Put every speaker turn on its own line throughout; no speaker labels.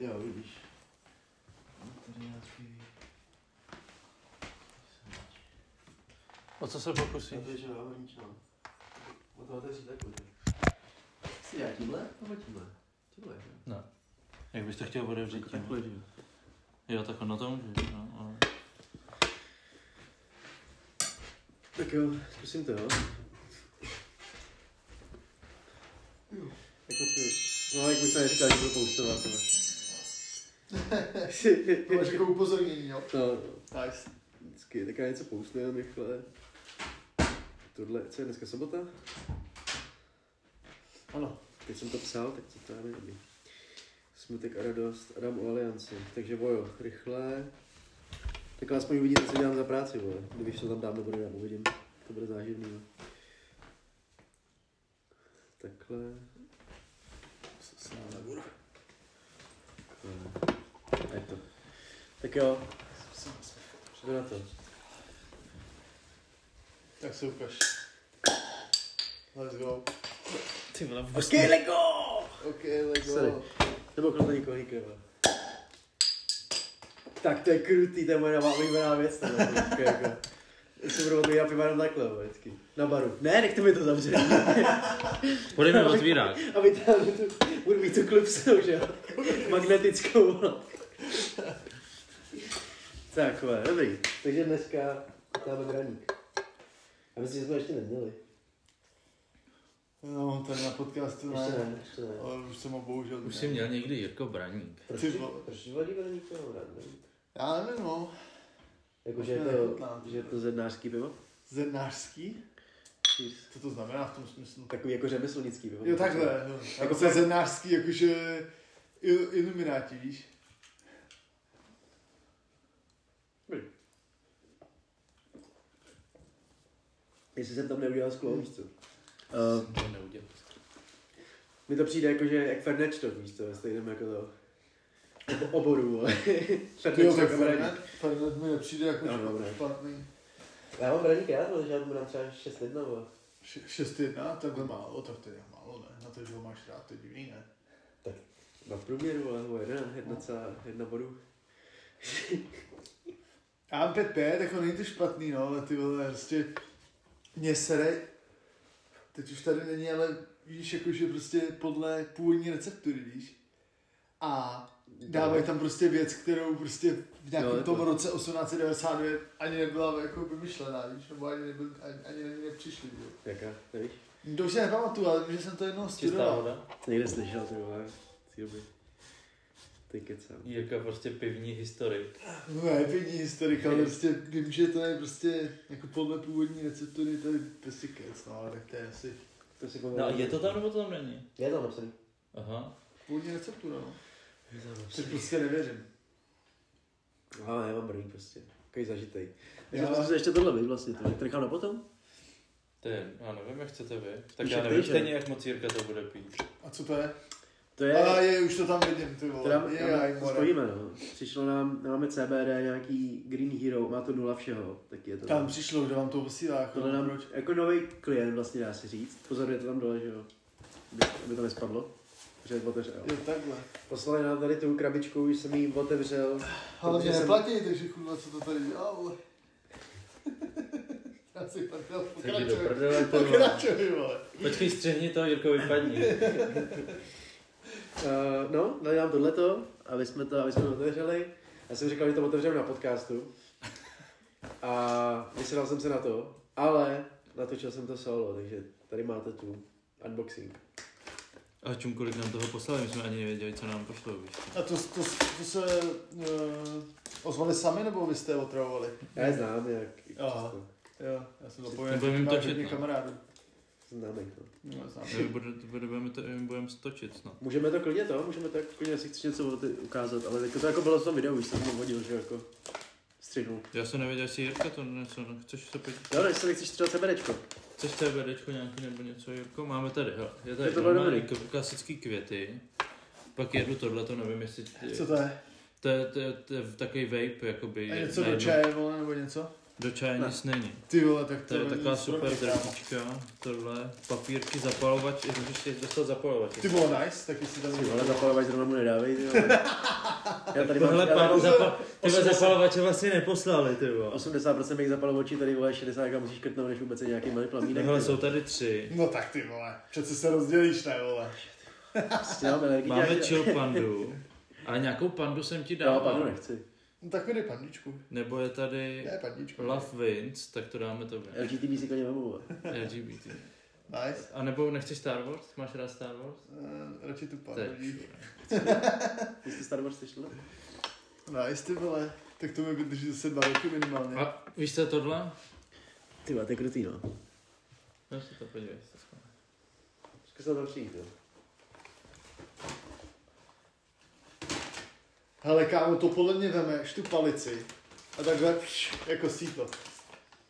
Jo, vidíš. Tady nějaký...
O co se pokusíš?
Takže jo, nič no. O to otevřít takhle. Si já tímhle? Nebo tímhle? Tímhle, jo.
Jak bys to chtěl otevřít? tím?
Takhle, že jo.
Jo, tak ono to můžeš, no. ale-
Tak jo, zkusím to, jo. Jak moc mi... No, jak mi to neříkal, že budu postovat, no.
To máš jako upozornění, jo?
No, no,
Nice.
vždycky je taková něco poustne jenom rychle. Tohle, co je dneska sobota?
Ano.
Teď jsem to psal, tak to tam je dobrý. Smutek a radost, Adam o Alianci. Takže bojo, rychle. Tak aspoň uvidíte, co dělám za práci, vole. Když to tam dám nebo nedám, uvidím. To bude záživný, no. jo. Takhle. Takhle. A je to. Tak jo, jdu na to.
Tak se ukaž. Let's go.
Ty vole,
OK, Lego!
OK, let's
Sorry.
go.
Nebo kromě nikoho nikého. Tak to je krutý, to je moje nová oblíbená věc. tohle, jako, jako. Jestli budu odvírat piva jenom takhle, jo, vždycky. Na baru. Ne, nechte mi to zavřít.
Podej mi otvírák.
Aby tam tu, budu mít tu klipsu, že jo? Magnetickou. vole. Tak, vole, dobrý. Takže dneska dáme graník. A myslím, že jsme ještě neměli.
No, tady na podcastu
Ještě
ne.
ne, ještě ne.
Ale už jsem ho bohužel
Už
ne.
jsi měl někdy Jirko Braník.
Proč,
Ty vole.
proč volí graník? Já mám rád graník.
Já nevím, no.
Jakože
Možná
je to,
nechutná, ty
že je to zednářský pivo?
Zednářský?
Cheers.
Co to znamená v tom smyslu?
Takový jako řemeslnický pivo.
Jo, takhle. Jo. Jako to je zednářský, jakože il- ilumináti, víš?
Jestli jsem tam neudělal sklo, víš co? Uh,
To neudělal.
mi to přijde jako, že jak Fernečto, víš co, ve stejném jako to jako oboru, vole.
Ty jo,
Fernečto
tak
kamarád.
Fernet- Fernet mi nepřijde jako
No, dobré.
špatný.
Já mám braník rád, protože já tomu dám třeba 6 let, nebo...
Š- 6-1, takhle málo, tak to je málo, ne? Na to, že ho máš rád, to je divný, ne?
Mám průměru, ale nebo jedna, jedna celá, jedna bodu.
Já mám 5-5, jako není to špatný, no, ale ty vole, prostě mě sere, teď už tady není, ale víš, jakože prostě podle původní receptury, víš? A dávají tam prostě věc, kterou prostě v
Jo,
nějakém
je
tom
to-
roce 1899 ani nebyla jako vymyšlená, víš? Nebo ani, nebyl, ani, ani na ní nepřišli, jo.
Jaká, nevíš?
To už se nepamatuju, ale vím, že jsem to jednou
Čistá
studoval.
voda.
Někde slyšel, ty vole, z té doby. Ty kecám.
Jirka prostě pivní historik.
No, je pěkný historik, ale prostě vím, že to je prostě jako podle původní receptury, to je prostě kec, no, ale tak to je asi
To si
No a je to tam nebo to tam není?
Je tam napsaný.
Aha.
původní receptura, no.
Je tam napsaný.
Že prostě nevěřím.
Ale já mám braník prostě. Takový zažitej. Takže
Já-
já... ještě tohle být vlastně, to nechám na potom?
To je, já nevím, jak chcete vy. Tak
Už
já
je
nevím
pryč,
stejně, jak moc Jirka to bude pít.
A co to je?
To
je?
je...
A je, už to tam vidím, ty vole.
Teda,
je,
já,
já,
to spojíme, no. Přišlo nám, máme CBD, nějaký Green Hero, má to nula všeho, tak je to.
Tam přišlo, kdo vám to posílá, jako
tohle nám,
proč?
jako nový klient vlastně dá se říct, pozoruje to tam dole, že jo, aby, aby to nespadlo. Protože otevřel.
Jo, takhle.
Poslali nám tady tu krabičku, už jsem ji otevřel.
Ale mě
jsem-
neplatí, takže kurva, co to tady dělá, vole. Já si prdel,
Chceš jít do
pokračuj.
prdele, ty vole.
Pokračuj, vole.
Počkej, střihni to, Jirko vypadni.
Uh, no, dali nám tohleto, aby jsme to, aby jsme to otevřeli. Já jsem říkal, že to otevřeme na podcastu. A myslel jsem se na to, ale natočil jsem to solo, takže tady máte tu unboxing.
A čumkolik nám toho poslali, my jsme ani nevěděli, co nám pošlou, víš.
A to, to, to se uh, ozvali sami, nebo vy jste je otravovali?
Já je znám nějak.
Aha.
často.
Jo, já jsem
To
zapomněl,
budeme
že
jim
mám
točit,
hodně
no.
kamarádů.
Znám jich, no.
No, znám.
My bude- budeme to, my budeme stočit snad.
Můžeme to klidně to, můžeme to jako klidně, jestli chceš něco o ty- ukázat, ale jako to jako bylo v tom videu, už jsem to hodil, že jako střihnul.
Já jsem nevěděl, jestli Jirka to něco, no, chceš se pít?
Jo, než se nechceš třeba CBDčko.
Chceš CBDčko nějaký nebo něco, Jirko? Máme tady, hele, je tady
Je to
normální
dobrý.
k- klasický květy. Pak jedu tohle, to nevím, jestli...
Co to je?
To je, to je, to je takový vape, jakoby...
A něco
najednou-
do čaje, vole, nebo něco?
Do čaje
Ne.
nic není.
Ty vole, tak to,
To je
není
taková
nic pro
super
mě, kámo.
drtička, tohle, papírky, zapalovač, můžeš si dostat zapalovač.
Ty vole, nice, taky si tam
Ty vole, zapalovač zrovna mu nedávej, ty vole. Já tady mám,
Tohle
já
pa,
mám
zapa, tyhle zapalovače vlastně neposlali, ty vole.
80% mých zapalovačí, tady vole 60 musíš krtnout, než vůbec je nějaký malý plamínek.
Takhle jsou tady tři.
No tak ty vole, přece se rozdělíš, ne vole.
Prostě nám energii.
Máme
nějaký-
chill pandu. Ale nějakou pandu jsem ti
Já
dal.
panu nechci.
No tak mi dej pandičku.
Nebo je tady
Ne, pandičku.
Love Wins, tak to dáme tobě.
LGTB si klidně vemu, vole.
LGBT.
Nice.
A nebo nechceš Star Wars? Máš rád Star Wars?
Uh, radši tu
To je
pandu. dík.
všude.
Ty jsi Star Wars sešel?
Nice, ty vole. Tak to mi vydrží zase dva roky minimálně.
A víš, co je tohle?
Ty vole, to je krutý, no.
No se to podívej. se to-
Zkus na to přijít, jo.
Hele kámo, to podle mě vemeš, tu palici. A takhle, pš, jako síto.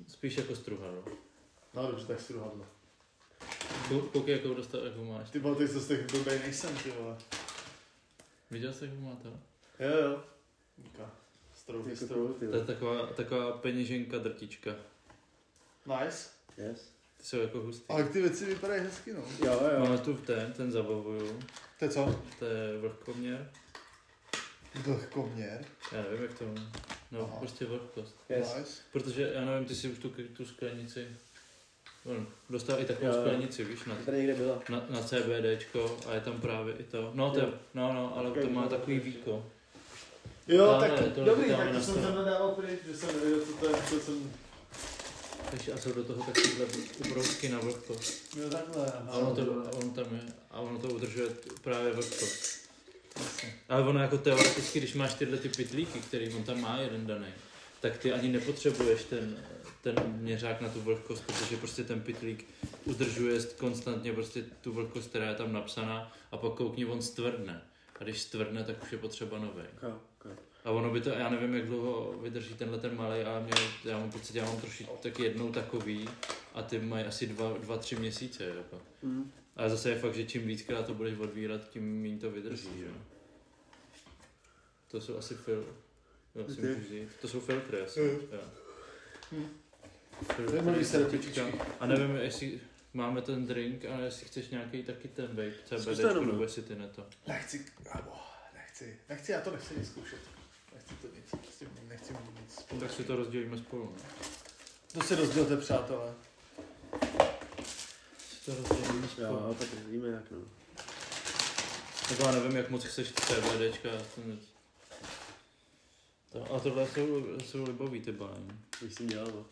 Spíš jako struhadlo.
No dobře, tak si dohodlo.
Kou- Koukej, jakou dostal, jakou máš.
Ty vole, teď zase tak blbej nejsem, ty vole.
Viděl jsi, jakou má to?
Jo, jo. Díka. Strouhy,
Jako
strouhy.
to, ty
To je
vole.
taková, taková peněženka drtička.
Nice.
Yes.
Ty jsou jako hustý.
Ale ty věci vypadají hezky, no.
Jo, jo.
Máme tu ten, ten zabavuju.
To je co?
To je vlhkoměr.
Vlhkoměr.
Já nevím, jak to mám. No,
Aha.
prostě vlhkost.
Yes.
Nice.
Protože, já nevím, ty si už tu, tu sklenici... On dostal i takovou
Jo, jo.
sklenici, víš, na,
Ty Tady někde byla.
na, na CBDčko a je tam právě i to. No, to je,
Jo.
no, no, ale to má takový víko.
Jo,
Tamhle,
tak
tohle
dobrý,
tam
tak to
na
jsem
straně.
tam nedával pryč, že jsem nevěděl, co to je, co jsem...
Takže a jsou do toho takovýhle ubrousky na vlhkost.
Jo, takhle.
A ono, to, a ono tam je, a ono to udržuje t- právě vlhkost. Ale ono jako teoreticky, když máš tyhle ty pitlíky, který on tam má jeden daný, tak ty ani nepotřebuješ ten, ten měřák na tu vlhkost, protože prostě ten pitlík udržuje konstantně prostě tu vlhkost, která je tam napsaná a pak koukni, on stvrdne. A když stvrdne, tak už je potřeba nový.
Jo, jo.
A ono by to, já nevím, jak dlouho vydrží tenhle ten malý, ale mě, já mám pocit, já mám troši tak jednou takový a ty mají asi dva, dva tři měsíce. Jako.
Mm.
Ale zase je fakt, že čím víckrát to budeš odvírat, tím méně to vydrží. Že? jo. To jsou asi fil... Jo, si
Ty.
můžu vzít. To jsou filtry asi.
Jo.
Jo.
Hm.
Filtry,
Zajímavý se do
filtrička. A nevím, jestli máme ten drink, ale jestli chceš nějaký taky ten vape,
Zkus
CBD,
to jenom, no.
nebo jestli ty ne to.
Nechci, kámo, nechci, nechci, já to nechci nic zkoušet. Nechci to nic, prostě nechci mít nic spolu.
Tak si to rozdělíme spolu. no. Ne?
To si rozdělte, přátelé.
Si to rozdělíme spolu.
Jo, tak víme jak, no.
Nebo já nevím, jak moc chceš CBDčka. Ten... To, a tohle jsou, jsou libový ty báni.
Když jsem dělal, no.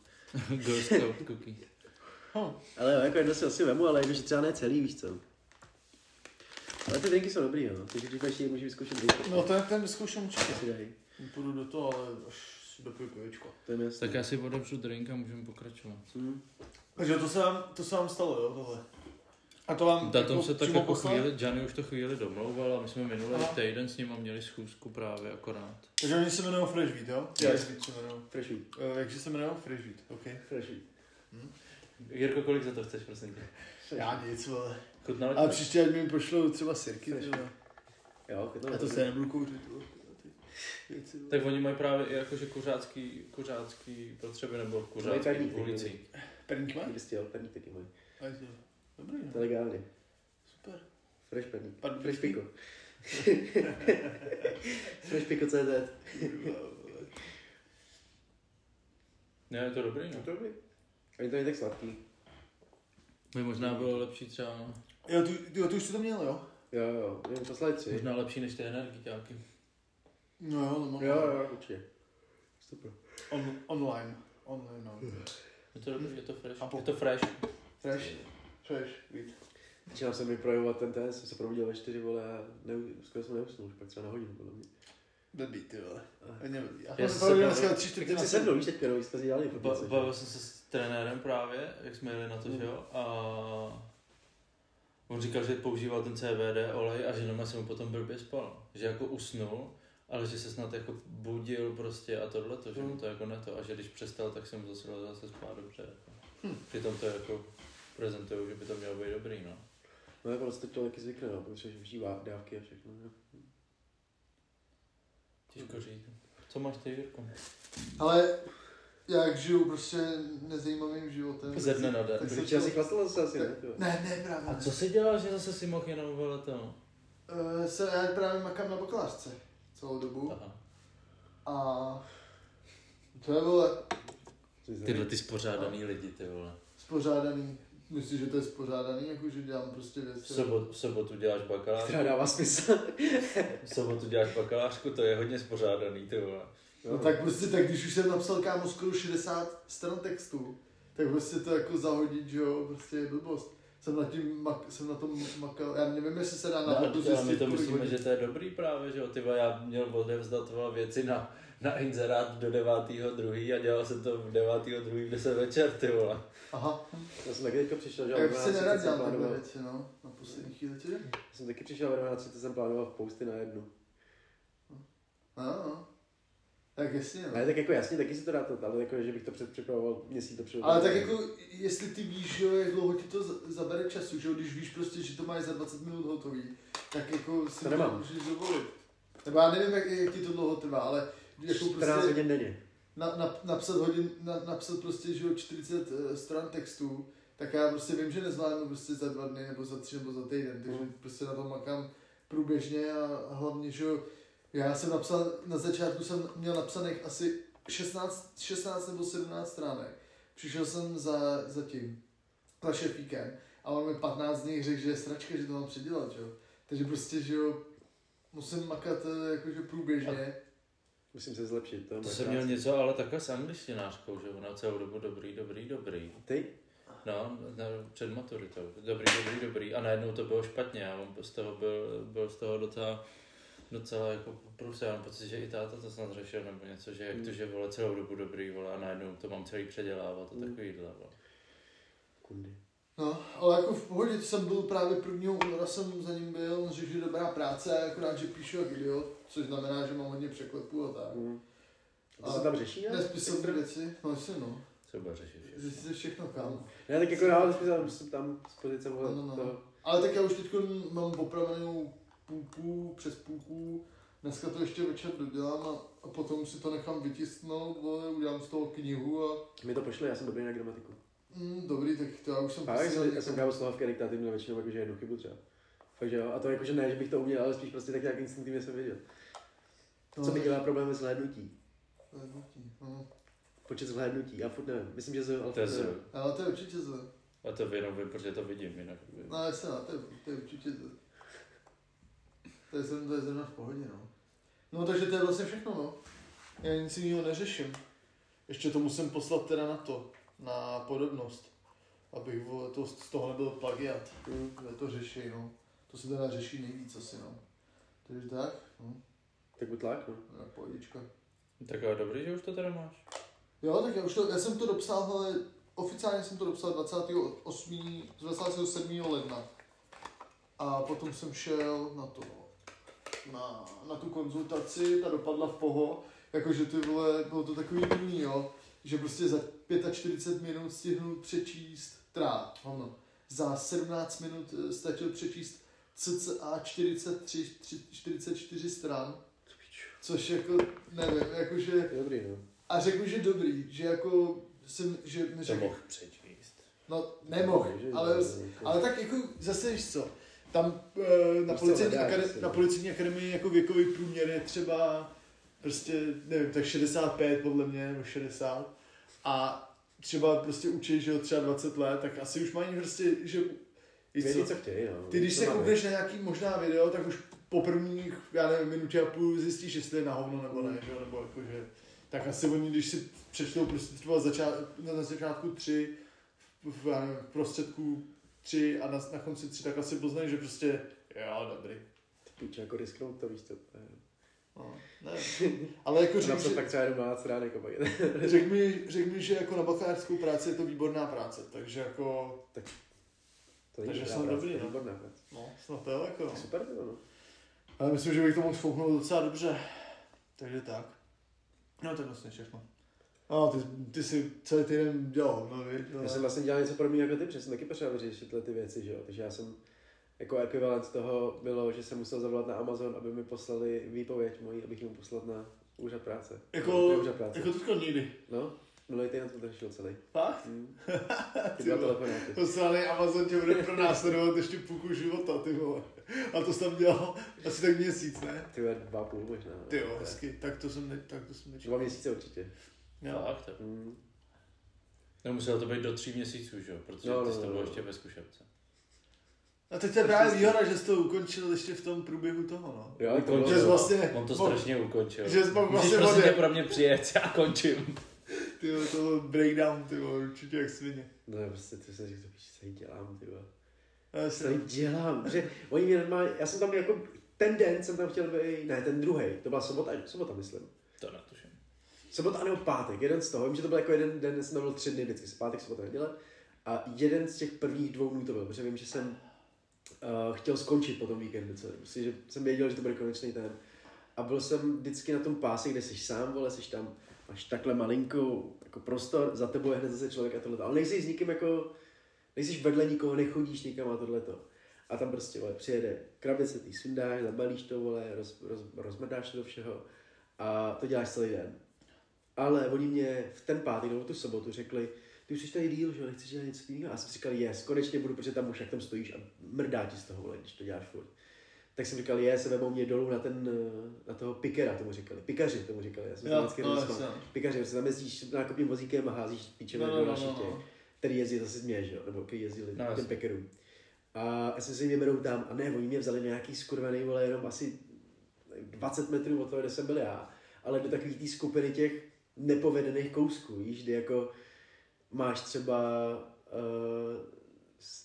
Girl Scout cookies.
Ale jo, jako jedno si asi vemu, ale jakože třeba ne celý, víš co. Ale ty drinky jsou dobrý, jo. Takže když ještě můžu vyzkoušet drinky.
No to ten vyzkouším určitě.
To si dají.
Půjdu do toho, ale až si dopiju pivičko.
To je mi jasný.
Tak já si odepřu drink a můžeme pokračovat.
Hm.
Takže to se vám, to se vám stalo, jo, tohle. A to vám
Na tom se tak
přímo
jako
poslali?
chvíli, Gianni už to chvíli domlouval a my jsme minulý
Aha.
týden s ním měli schůzku právě akorát.
Takže oni se jmenují Freshweed, jo?
Jo.
Freshweed se jmenují.
Freshweet.
Eh, jakže se jmenují Freshweed, OK.
Freshweet.
Jirko, kolik za to chceš, prosím tě?
Já nic, vole.
Chutnalo
Ale příště, ať mi pošlou třeba sirky,
Fresh.
ty vole.
Jo, chytlo.
Já to se nebudu kouřit, vole, tyhle ty věci, vole.
Tak oni mají právě i jakože kuřácký, kuřácký potřeby nebo
Mají
kuřácký
tady
ulicí.
Perník má?
Prostě jo, perník taky mají.
Aj, to- Dobrý,
To
no.
je legální.
Super.
Fresh perník.
Pan
Fresh piko. Fresh piko CZ.
Ne, je to dobrý, no.
to dobrý. Oni to není tak sladký.
By možná bylo lepší třeba,
Jo, ty, jo, ty už jsi to měl, jo?
Jo, jo, jen poslali tři.
možná lepší než ty energiťáky.
No jo, no,
Jo, jo, určitě. Super.
On, online. Online, no.
Je to dobrý, je to fresh.
A po-
Je to fresh.
Fresh, fresh, víc.
Začínal jsem vyprojovat ten test, jsem se probudil ve čtyři vole a ne, skoro jsem neusnul, už pak třeba na hodinu podle mě.
Blbý, ty vole.
A-
Hodně blbý. Já
Já
jsem
jsem se
se dneska
bavil-
od tři čtvrtě
Tak
na
si
sedm.
sednou, víš, teďka, no, jsme si dělali
Ba-
informace.
Bavil jsem se s trenérem právě, jak jsme jeli na to,
Mm.
že
Mhm.
jo, a on říkal, že používal ten CBD olej a že doma se mu potom blbě spal, že jako usnul, ale že se snad jako budil prostě a tohle to, že
Mm.
Mhm.
mu to jako ne to a že když přestal, tak se mu zase zase spát dobře. Hm. Přitom to jako prezentuju, že by to mělo být dobrý, no.
No jako prostě to taky zvykne, no, protože užívá dávky a všechno. No.
Mhm.
Těžko říct. Co máš ty, Jirko?
Ale já jak žiju prostě nezajímavým životem.
Ze dne na den.
Tak se
Protože asi
to-
chlastal se asi, ne?
tak- Ne, ne, právě.
A
ne.
co jsi dělal, že zase si mohl jenom veletel?
Eh, se, já právě makám na bakalářce celou dobu.
Aha.
A to je vole
Tyhle ty spořádaný lidi, ty vole.
spořádaný. Myslím, že to je spořádaný, jako že dělám prostě
V
věci.
sobotu, v sobotu děláš bakalářku,
Která dává smysl.
v sobotu děláš bakalářku, to je hodně spořádaný, ty vole.
No tak prostě, tak když už jsem napsal kámo skoro 60 stran textu, tak prostě to jako zahodit, že jo, prostě je blbost. Jsem na, tím mak, jsem na tom makal, já nevím, jestli se dá na
No,
webu
to, my
zjistit,
to
kolik
myslíme,
hodin.
že to je dobrý právě, že jo, ty vole, já měl odevzdat vole, věci na, na inzerát do 9.2. a dělal jsem to v 9.2. v 10 večer, ty vole.
Aha,
Já jsem taky teďka přišel, že
já
ve
se
12:30
nerad dělám takhle
plánoval.
věci, no, na poslední chvíli ti jde.
Já jsem taky přišel ve 12, jsem plánoval v posty na jednu.
No, no. Tak jasně, no.
Ne, tak jako jasně, taky si to dá to, ale jako, že bych to předpřipravoval měsíc dopředu.
Ale tak jako, jestli ty víš, že jo, jak dlouho ti to za- zabere času, že jo, když víš prostě, že to máš za 20 minut hotový, tak jako si
To nemám.
můžeš dovolit. Nebo já nevím, jak, jak ti to dlouho trvá, ale jako
14
prostě
hodin denně.
na, na, napsat, hodin, na, napsat prostě, že jo, 40 eh, stran textů, tak já prostě vím, že nezvládnu prostě za dva dny, nebo za tři, nebo za týden, takže
Mhm.
prostě na tom makám průběžně a a hlavně, že jo, já jsem napsal, na začátku jsem měl napsaných asi 16, 16 nebo 17 stránek. Přišel jsem za, za tím, za šefíkem a on mi 15 dní řekl, že je sračka, že to mám předělat, že jo. Takže prostě, že jo, musím makat eh, jakože průběžně.
Musím se zlepšit. To,
To jsem měl něco, ale takhle s angličtinářkou, že ona celou dobu dobrý, dobrý, dobrý.
Ty?
No, na, před maturitou. Dobrý, dobrý, dobrý. A najednou to bylo špatně a on z toho byl, byl z toho docela, docela jako průse. Mám pocit, že i táta to snad řešil nebo něco, že jak to, že vole celou dobu dobrý, vole a najednou to mám celý předělávat a takovýhle, vole.
Kundy.
No, ale jako v pohodě to jsem byl právě 1. února, jsem za ním byl, on řekl, že dobrá práce, akorát, že píšu jak idiot, což znamená, že mám hodně překlepů a tak.
Mm. A to
A
se tam řeší? Ne,
Nespisovné věci, no jasně no,
Třeba řešit všechno.
zjistí se všechno kam.
ne tak jako dál, jsme tam, jsem tam z pozice vole,
No, no, no.
toho.
Ale tak já už teď mám opravenou půlku, přes půlku, dneska to ještě večer dodělám a, a potom si to nechám vytisknout, vole, udělám z toho knihu a
Mi to pošli, já jsem dobrý na gramatiku.
mm, dobrý, tak to já už jsem
A já
posílal
jsem, já jsem kámo slohovky a diktáty měl většinou jakože jednu chybu třeba. Fakt, že jo. A to jakože ne, že bych to uměl, ale spíš prostě tak nějak instinktivně jsem věděl.
No,
Co mi
tak-
dělá problémy s hlédnutí?
to je nutí, no.
Počet zhlédnutí, já furt nevím. Myslím, že z ale
To je
furt nevím.
zr.
Ale to je určitě zle.
A to jenom vím, protože to vidím jinak.
No jasně, no, to, je, to je určitě to. To je, zrovna- to je zrovna v pohodě, no. No takže to je vlastně všechno, no. Já nic jiného neřeším. Ještě to musím poslat teda na to, na podobnost. Abych vole, to, z toho nebyl plagiat.
Mm.
Kde to řeší, no. To se teda řeší nejvíc asi, no. Takže tak, no,
Tak buď tlak, no.
to je pohodička.
Tak ale dobrý, že už to teda máš.
Jo, tak já už to, já jsem to dopsal, ale oficiálně jsem to dopsal 28. z 27. ledna. A potom jsem šel na to, no, na, na tu konzultaci, ta dopadla v poho, jakože ty vole, bylo to takový divný, jo, že prostě za 45 minut stihnu přečíst, teda, ono, za 17 minut eh, stačil přečíst cca 43, 44 stran, což jako, nevím, jakože
To je dobrý, no.
a řekl, že dobrý, že jako jsem, že mi
To
řekl,
mohl přečíst.
no nemohl,
Takže-
ale, ale tak jako zase víš co, tam eh, na,
Už se
policejní
hledá,
akade-
jasně.
na policejní akademii jako věkový průměr je třeba prostě, nevím, tak 65 podle mě, nebo 60 a třeba prostě učí, že jo, třeba 20 let, tak asi už mají prostě, že víš
Vědí,
co,
co chtějí, no.
ty když
To
se
máme.
koukneš na nějaký možná video, tak už po prvních, já nevím, minutě a půl zjistíš, jestli je na hovno nebo ne, že? jo, nebo jakože, tak asi oni, když si přečtou prostě třeba začát, na začátku tři, v, já nevím, v prostředku tři a na, na konci tři, tak asi poznají, že prostě, jo, dobrý.
Píč, jako risknout to, víš co. to je.
No, ne. Ale jako
Napsat
řekl,
tak třeba jenom 12 stránek a jako pak je-
že, řek, mi, řek mi, že jako na bakalářskou práci je to výborná práce, takže jako,
To není
Takže
dobrá
jsou
práce,
dobrý,
to je
no.
výborná práce.
no, snad to je jako, no.
Super to, no.
Ale myslím, že bych to mohl sfouknout docela dobře. Takže tak. No to je vlastně všechno. A ty, ty jsi celý týden dělal, no víš.
Já jsem vlastně dělal něco podobného jako ty, protože jsem taky potřeboval vyřešit tyhle ty věci, že jo. Takže já jsem, jako ekvivalent toho bylo, že jsem musel zavolat na Amazon, aby mi poslali výpověď moji, abych jim poslal na úřad práce.
Jako-
Na úřad práce.
Jako teďko nikdy.
No, Minulý týden to ten šel celý.
Fakt?
Hm. Ty
Ty
dva
vole.
telefonáty.
To se ale Amazon tě bude pronásledovat ještě půlku života, ty vole. A to jsi tam dělal asi tak měsíc, ne?
Ty vole, dva a půl možná. no.
Ty jo, hezky, tak to jsem, ne, tak to jsem No. nečekal.
Dva měsíce určitě.
Jo.
Fakt, tak.
Hm.
No, muselo to být do tří měsíců, že jo? Protože
No,
ty
no,
jsi to
no,
byl
no.
ještě ve zkušebce.
A teď je právě výhoda, že jsi to ukončil ještě v tom průběhu toho, no.
Jo, to
Ukončil.
bylo,
Že jsi vlastně...
On to strašně ukončil.
Že jsi pak
Můžeš
vlastně
prosím tě
vody.
pro mě přijet, já končím.
Ty jo, to byl breakdown, ty jo, určitě jak svině.
no já prostě ty se říct, co tady dělám, ty vole.
Já
Co tady
jsem...
dělám, že oni mě normálně, já jsem tam jako, ten den jsem tam chtěl být, ne, ten druhý, to byla sobota, sobota myslím.
To netuším.
Sobota nebo pátek, jeden z toho. Vím, že to byl jako jeden den, jsem tam byl tři dny vždycky, s- pátek, sobota, neděle. A jeden z těch prvních dvou dnů to byl, protože vím, že jsem uh, chtěl skončit po tom víkendu celý. Myslím, že jsem věděl, že to bude konečný ten. A byl jsem vždycky na tom páse, kde jsi sám, vole, jsi tam, máš takhle malinkou jako prostor, za tebou je hned zase člověk a tohle. Ale nejsi s nikým jako, nejsi vedle nikoho, nechodíš nikam a tohle. A tam prostě vole, přijede krabice, ty sundáš, zabalíš to, vole, roz, roz, rozmrdáš to do všeho a to děláš celý den. Ale oni mě v ten pátek nebo tu sobotu řekli, ty už jsi tady díl, že jo, nechceš dělat něco jiného. A já jsem si říkal, yes, konečně budu, protože tam už jak tam stojíš a mrdá ti z toho, vole, když to děláš furt. Tak jsem říkal, je, se vemou mě dolů na, ten, eh, na toho pikera, tomu říkali. Pikaři tomu říkali, já jsem
Jo,
to vždycky
no,
nevyspal.
jasně.
Pikaři, protože tam jezdíš nákupním vozíkem a házíš píče no, no, no, no. který jezdí zase mě, že jo, nebo který jezdili
No,
no,
jasně.
těm pekerům. A já jsem si mě vedou tam, a ne, oni mě vzali na nějaký skurvený, vole, jenom asi 20 metrů od toho, kde jsem byl já, ale do takových té skupiny těch nepovedených kousků, víš, kdy jako máš třeba uh,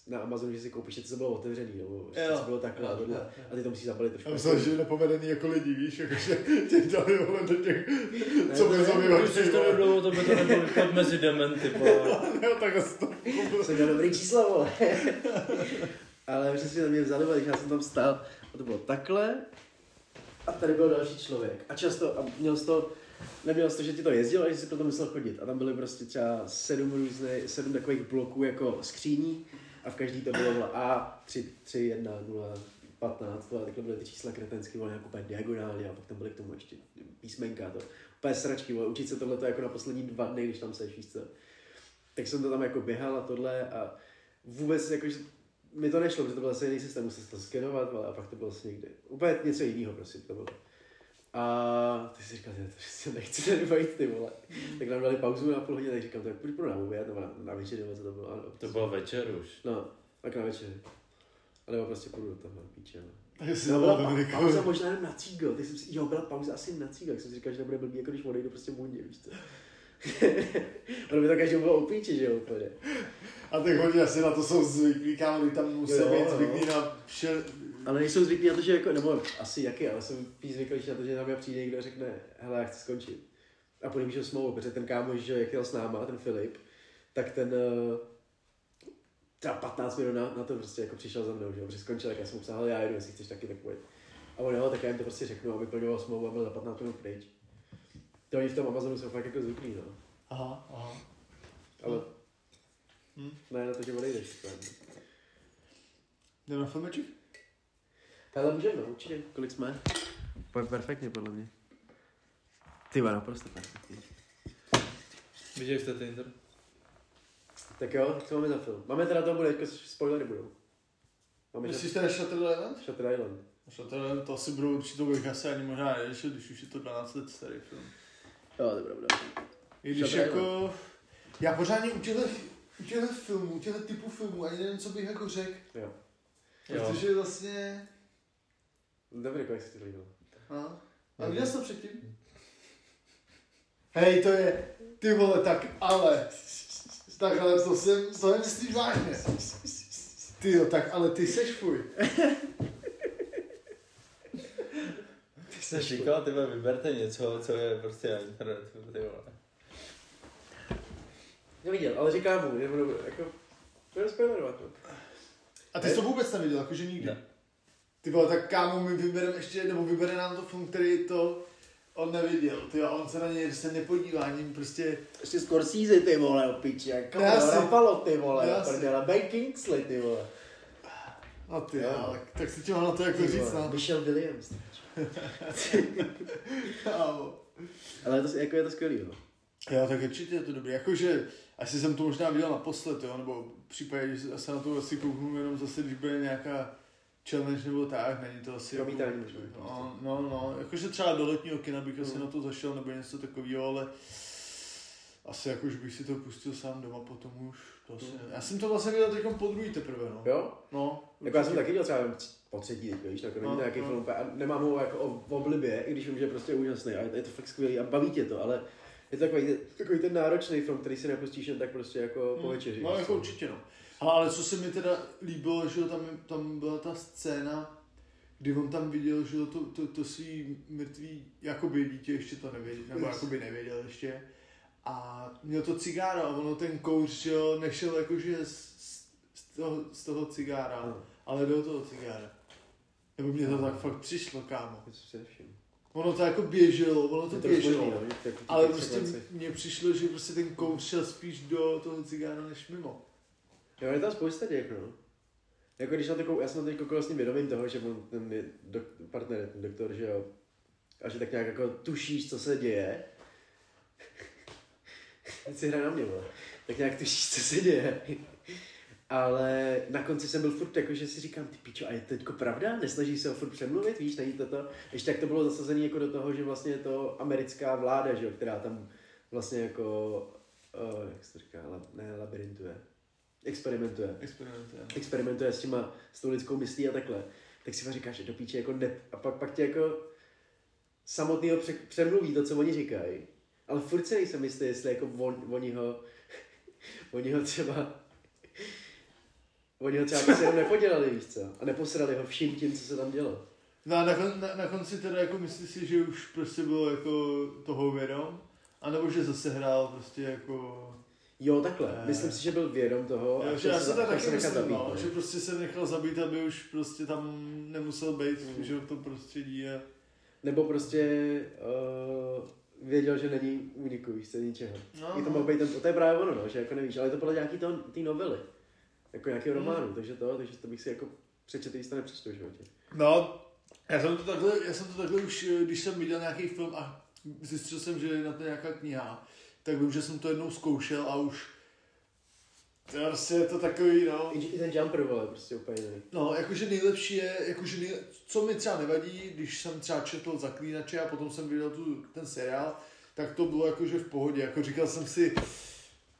na Amazonu, že si koupíš něco, co bylo otevřený, nebo
Jo.
co bylo takhle, a
Jo,
tohle,
jo, jo.
a ty to musíš zabalit trošku.
Já myslel, že je nepovedený jako lidi, víš, jakože tě dali vole do těch, co
to
by
je-
zabývali.
Už jsi tady dlouho, to by to nebyl výklad mezi dementy, bo.
Jo, tak asi to
Jsem měl dobrý číslo, vole. Ale už si na mě vzali, vole, když já jsem tam stál a to bylo takhle a tady byl další člověk. A často, a měl z toho, neměl z toho, že ti to jezdilo, ale že si proto musel chodit. A tam byly prostě třeba sedm různých, sedm takových bloků jako skříní a v každý to bylo vole, A, 3, 3, 1, 0, 15, vole, takhle byly ty čísla kretenský, vole, nějak úplně diagonálně a pak tam byly k tomu ještě písmenka, a to úplně sračky, vole, učit se tohle jako na poslední dva dny, když tam seš, víš co tak jsem to tam jako běhal a tohle a vůbec jako, že mi to nešlo, protože to byl asi jiný systém, musel jsem to skenovat, ale a pak to bylo asi někde. Úplně něco jiného, prostě to bylo. A ty si říkal, že to si nechci tady bajit, ty vole. Tak nám dali pauzu na půl hodiny, tak říkám, tak půjď pro nám oběd, nebo na, na večer, nebo co to bylo, ano. prostě.
To byl večer už.
No, tak na večer. A nebo prostě půjdu do toho, píče. No.
Jestli
No,
to
byla
bylo
pa-
jako...
pauza možná jenom na cígo, tak jsem si, jo, byla pauza asi na cígo, tak jsem si říkal, že to bude blbý, jako když odejdu prostě mundě, víš co. ono by to každému bylo upíči, že jo, úplně.
A tak hodně asi na to jsou zvyklí, kámo, když tam musí
Jo,
být
jo.
zvyklí na vše...
Ale nejsou zvyklí na to, že jako, nebo asi jaký, ale jsem spíš zvyklejší na to, že na mě přijde někdo a řekne, hele, já chci skončit. A podepíšu smlouvu, protože ten kámoš, že jo, jak jel s náma, ten Filip, tak ten eh, třeba 15 minut na, na to prostě jako přišel za mnou, že jo, protože skončil, tak já jsem mu psal, "Hele, já jedu, jestli chceš taky, tak pojď. A on jo, tak já jim to prostě řeknu a vyplňoval smlouvu a byl za 15 minut pryč. To oni v tom Amazonu jsou fakt jako zvyklí, no.
Aha, aha.
Ale
Hm.
ne, na to tě odejdeš. fajn.
Jdeme na filmeček?
Hele, můžeme, no, určitě. Kolik jsme? Perfektně, podle mě. Ty vole, naprosto perfektně.
Viděli jste Tinder?
Tak jo, co máme za film? Máme teda to bude, jako spoilery budou. Máme Myslíš...
Myslíš teda Shutter Island?
Shutter Island.
Shutter Island to asi budou určitou bych asi ani možná neřešil, když už je to 12 let starý film.
Jo, dobré, dobré.
I když
Shutter
jako... Já pořádně u těchto, u těchto filmů, u těchto typů filmů ani nevím, co bych jako řekl.
Jo.
Jo.
Protože vlastně...
Dobrý, kolik se ti to líbilo?
A, a
Nevím.
viděl jsi to předtím? Hej, to je... Ty vole, tak ale... Tak ale to jsem, to je myslím vážně. Ty jo, tak ale ty seš fuj.
Ty jsi říkal, ty vole, vyberte něco, co je prostě na internetu, ty vole.
Neviděl, ale říkám mu, že budu jako... Budu spoilerovat, no.
A ty jsi to vůbec neviděl, jakože nikdy.
Ne.
Ty vole, tak kámo, my vybereme ještě, nebo vybere nám to film, který to on neviděl, ty jo, on se na něj se nepodívá, ani prostě,
Ještě Scorsese, ty vole, opiči, jako
Já si-
Rapalo, ty vole,
Já si-
prdela, Ben Kingsley, ty vole.
no ty
Jo.
jo, tak, tak si tě mám na to jako
Ty
říct,
vole,
no.
Michelle Williams.
Kámo.
Ale to, jako je to skvělý, no.
Jo, tak určitě je to dobrý. Jakože, asi jsem to možná viděl naposled, jo, nebo v případě, že se- se na to asi kouknu jenom zase, když bude nějaká challenge nebo tak, není to asi...
Promítání může být prostě.
No, no, no, jakože třeba do letního kina bych asi
Mm.
na to zašel, nebo něco takového, ale asi jakož bych si to pustil sám doma potom už, to asi
Mm.
ne. Já jsem to vlastně viděl teď po druhý teprve, no.
Jo?
No.
Jako já jsem taky dělal třeba jenom po třetí, teď, víš, tak to není
No,
to nějaký
no.
film, úplně- a nemám ho jako o- v oblibě, i když vím, že je prostě úžasný a je to fakt skvělý a baví tě to, ale je to takový, takový ten náročný film, který si nepustíš jen tak prostě jako po večeři.
No, jako určitě, no. Hele, ale co se mi teda líbilo, že jo, tam, tam byla ta scéna, kdy on tam viděl, že jo, to, to, to svý mrtvý, jakoby dítě ještě to nevěděl, nebo jakoby nevěděl ještě. A měl to cigáro a ono ten kouř, že jo, nešel jakože z, z- z, toho, z toho cigára,
Ano.
ale do toho cigára. Nebo mě
No.
to tak fakt přišlo, kámo.
To je především.
Ono to jako běželo, ono to,
Je
to
to rozhodný,
běželo.
no, víš, tak-
Ale
tak
prostě
sekvence.
mně přišlo, že prostě ten kouř šel spíš do toho cigára než mimo.
Jo, je tam spousta těch, no. Jako když na to kou, já jsem na to koukal s ním vědomím toho, že on ten je dok, partner, je ten doktor, že jo. A že tak nějak jako tušíš, co se děje. Teď si hraje na mě, vole. Tak nějak tušíš, co se děje. Ale na konci jsem byl furt jako, že si říkám, ty pičo, a je to teďko pravda? Nesnaží se ho furt přemluvit, víš, není to to. Ještě tak to bylo zasazené jako do toho, že vlastně je to americká vláda, že jo, která tam vlastně jako, uh, jak se to říká, la, ne labirintuje, experimentuje
Experimentujeme.
experimentuje s těma, s tou lidskou myslí a takhle, tak si fakt říkáš, že do píče jako ne, a pak, pak tě jako samotného pře- přemluví to, co oni říkají. Ale furt si nejsem jistý, jestli jako on, oni ho, oni ho třeba, oni ho třeba prostě jenom nepodělali, víš co? A neposrali ho vším tím, co se tam dělo.
No a na, kon, na, na konci teda jako myslíš si, že už prostě bylo jako toho vědom? A nebo že zase hrál prostě jako...
Jo, takhle.
Eh.
Myslím si, že byl vědom toho.
já, že
chtěl
já No, se
za-
to
chtěl
taky
nechat
myslím,
zabít,
no,
no.
že prostě se nechal zabít, aby už prostě tam nemusel být, mm. že v tom prostředí a...
Nebo prostě uh, věděl, že není úniku, víš co, ničeho.
No,
I to mohl být ten, to je právě ono, no, že jako nevíš, ale je to podle nějaký to, té novely, jako nějakého
Hmm.
románu, takže to, takže to bych si jako přečetl, jistě nepřečtu v životě.
No, já jsem to takhle, já jsem to takhle už, eh, když jsem viděl nějaký film a zjistil jsem, že je na to nějaká kniha, tak vím, že jsem to jednou zkoušel a už... To je prostě to takový, no...
I, i ten Jumper, vole, prostě úplně jiný.
No, jakože nejlepší je, jakože nej... co mi třeba nevadí, když jsem třeba četl Zaklínače a potom jsem viděl tu, ten seriál, tak to bylo jakože v pohodě. Jako říkal jsem si,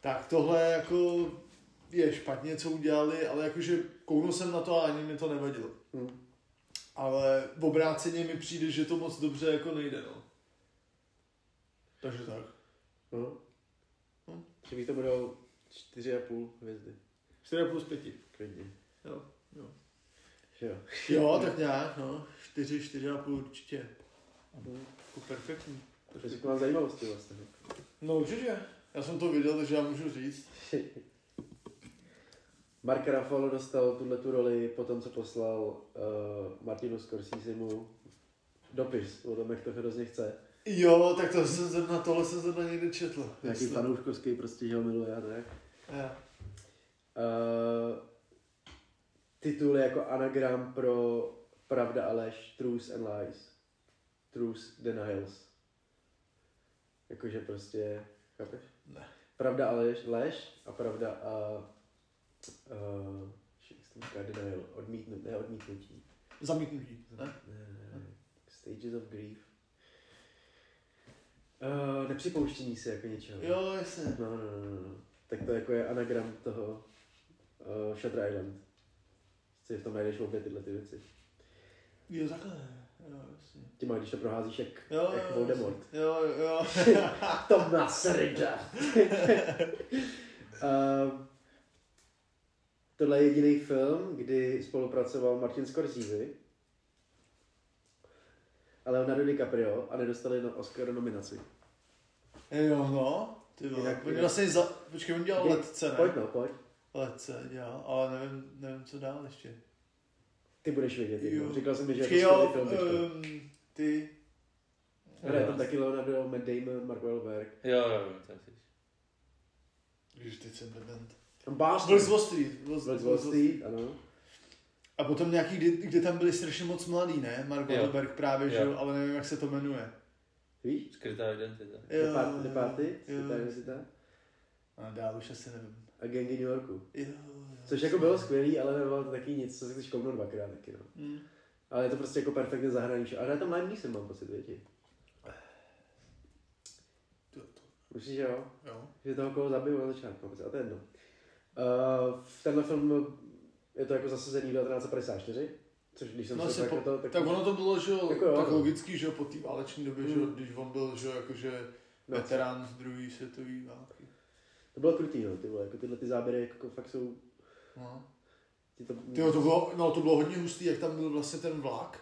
tak tohle jako je špatně, co udělali, ale jakože kouknul jsem na to a ani mi to nevadilo.
Hmm.
Ale v obráceně mi přijde, že to moc dobře jako nejde, no. Takže tak.
No.
Hmm.
Že bych to budou čtyři a půl hvězdy,
4,5 z 5.
klidně.
Jo.
Že Jo.
jo, tak nějak, no. 4, 4,5 určitě. Jako perfektní.
To jsou mám zajímavosti vlastně.
No určitě. Já jsem to viděl, takže já můžu říct.
Mark Ruffalo dostal tuhle tu roli po tom, co poslal uh, Martinu Scorsese'mu dopis o tom, jak to hrozně chce.
Jo, tak to jsem zrovna, tohle jsem zrovna někde četl.
Nějaký
Myslím.
fanouškovský prostě, že ho miluje a tak.
Jo.
Uh, titul je jako anagram pro pravda a lež, truth and lies. Truth denials. Jakože prostě, chápeš?
Ne.
Pravda a lež, lež a pravda a uh, jak se to říká, denial, odmítnutí, ne odmítnutí.
Zamítnutí, ne?
Ne, ne, ne. Eh, Stages of grief. Uh, nepřipouštění se jako něčeho.
Jo, jasně.
No, no, no, no, no. Tak to jako je anagram toho uh, Shutter Island. Si v tom najdeš obě tyhle ty věci.
Jo, takhle. Jo, jasně.
Tím, když to proházíš jak,
Jo,
jak
jo,
Voldemort.
jasně. Jo, jo.
To má srda! uh, tohle je jediný film, kdy spolupracoval Martin Scorsese a Leonardo DiCaprio a nedostali na Oscar nominaci.
Jo, no. Ty vole,
Jinak-
on vlastně za... Počkej, on dělal
Jinak-
letce,
Pojď
ne?
no, pojď.
Letce dělal, ale nevím, nevím, co dál ještě.
Ty budeš vědět.
Jo.
Jo. Říkal jsem mi, že
Počkej,
je to skvělý film.
jo,
teďko.
ehm, ty...
Hraje
eh.
tam taky Leonardo, Matt Damon, Mark Wahlberg.
Jo, jo, vím, to je teď.
Když teď jsem dement.
Básně.
Byl z Wall Street. Byl z-
Byl z
byl
Wall
z-
Street, ano.
A potom nějaký, kde, kde tam byli strašně moc mladý, ne? Mark
Jo.
Wahlberg právě, že
Jo.
jo, ale nevím, jak se to jmenuje.
Víš?
Skrytá identita.
The Party, The Party, Skrytá
jo.
identita.
A dál už asi nevím.
A Gangy New Yorku.
Jo, jo.
Což jako bylo skvělý, ale nebylo to taky nic, co si když kouknu dvakrát taky, no.
Mm.
Ale je to prostě jako perfektně zahraný show. Ale já tam Liam Neeson mám pocit, věti.
Eh. To, to,
Myslím, že jo.
jo.
Že toho koho zabiju na začátku, a to je jedno. Uh, tenhle film je to jako zasazený v 1954, což když jsem
No,
se
se po,
jako to,
tak, tak ono to bylo, že jo,
Jako jo,
tak
no.
logický, že jo, po té váleční době, že jo,
Mm.
když on byl, že jo, jakože
no,
veterán z druhé světové války.
to bylo krutý, no, ty vole, jako tyhle ty záběry jako fakt jsou,
No.
ti to,
Tyjo, to bylo, no, to bylo hodně hustý, jak tam byl vlastně ten vlak.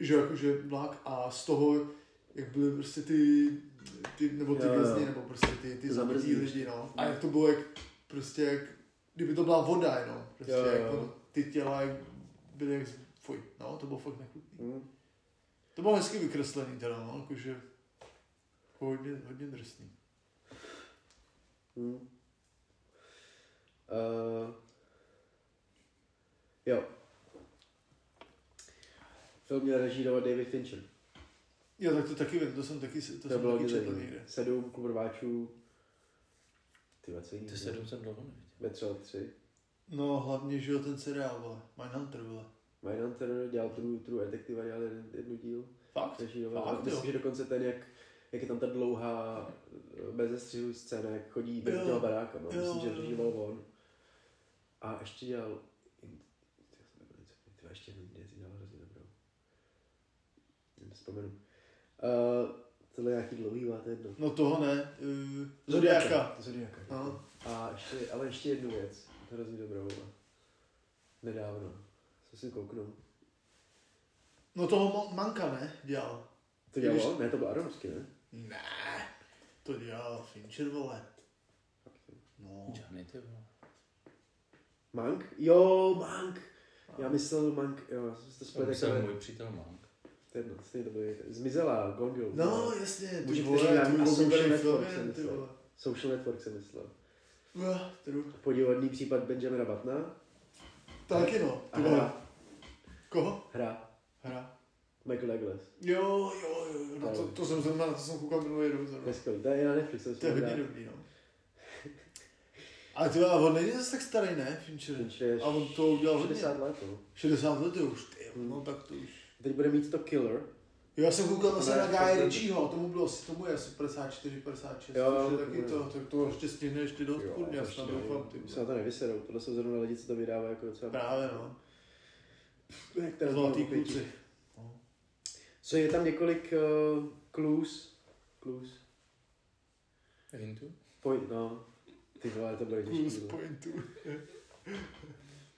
Že jakože vlak a z toho, jak byly prostě ty, ty nebo ty
Jo, jo.
vězni, nebo prostě ty, ty
Ty Hmm. zamrzlí.
zabití lidi, no. A jak to bylo, jak prostě, jak, kdyby to byla voda, jenom. Prostě,
Jo, jo.
jak to, ty těla jak byly jak, z- fuj, no, to bylo fakt nekrutný.
Hm,
To bylo hezky vykreslený teda, no, jakože, jako hodně, hodně drsný.
hm. Uh, jo. Film měl režírovat David Fincher.
Jo, tak to taky vím, to jsem taky, si- to,
To, to
jsem
bylo
taky
hodně
četl
zajímavé.
někde.
Sedm kubrváčů. Ty vole, co jiný,
To
ne?
se jsem dlouho neviděl.
Vetřel tři.
No, hlavně, že jo, ten seriál, vole, Mindhunter, vole.
Mindhunter dělal True, True Detective a dělal jeden, jednu díl.
Fakt?
Režíroval.
Fakt,
A myslím,
jo.
že dokonce ten, jak, jak je tam ta dlouhá eh, bez zestřihu scéna, jak chodí do
Jo.
toho baráka. No.
Jo,
Myslím, že
jo.
režíroval on. A ještě dělal... in- ty, já jsem nebyl něco- ty, ještě jednu věc dělal hrozně dobrou. Já Nespomenu. Uh, tohle je nějaký dlouhý, ale to je jedno.
No toho ne. Uh,
To Zodiaka.
No.
A ještě, ale ještě jednu věc, hrozně dobrou. a Nedávno. Co si kouknu.
No toho Mo- Manka ne, dělal.
To
Když-
dělal on? Ne, to byl Aronofsky, ne?
Ne, to dělal Fincher, vole. No.
Žádný ty vole.
Mank? Jo, Mank! Já myslel Mank, jo, já jsem si to
To
splet
musel
takové.
můj přítel Mank.
To je jedno, stejně to bylo jak- Zmizela, Gondol.
No, jasně, ty
Muži,
vole,
kteří nám
tvůj
asociační
oblíbený
network,
film,
jsem
ty
myslel.
vole.
Social Network jsem myslel.
Uah, tru.
Podivodný případ Benjamina Batna.
Taky no,
A
ty vole.
hra.
Koho?
Hra.
Hra.
Michael Douglas.
Jo, jo, jo, jo, no to, to jsem zrovna, na to jsem koukal minulý rok
To je
zrovna.
skvělý. To je na Netflixu. jsem
To je
si
hodně
dal.
dobrý, no. Ale ty vole, a on není zase tak starý, ne, Fincher?
Fincher je
A on to udělal hodně.
60 let, no.
60 let jo, už, ty, jo,
Hmm.
no tak to už.
Teď bude mít to Killer.
Jo, já jsem koukal zase
Ne,
na
to
Guy
jsem-
Ritchieho, tomu bylo asi, tomu je asi 54, 56,
Jo,
jo,
jo,
takže taky
jo.
to, tak to ještě stihne ještě dost
Jo,
kurně, já
ještě,
snad doufám, ty
jo. Se
vole.
na to nevyserou, tohle jsou zrovna lidi, co to vydává jako docela...
Právě no,
Jak ten
zlatý
zlatý
kluci.
Co je tam několik uh, clues? Clues?
Hintu?
Point, no. Ty vole, to bude
Kus
těžký. no.
pointu.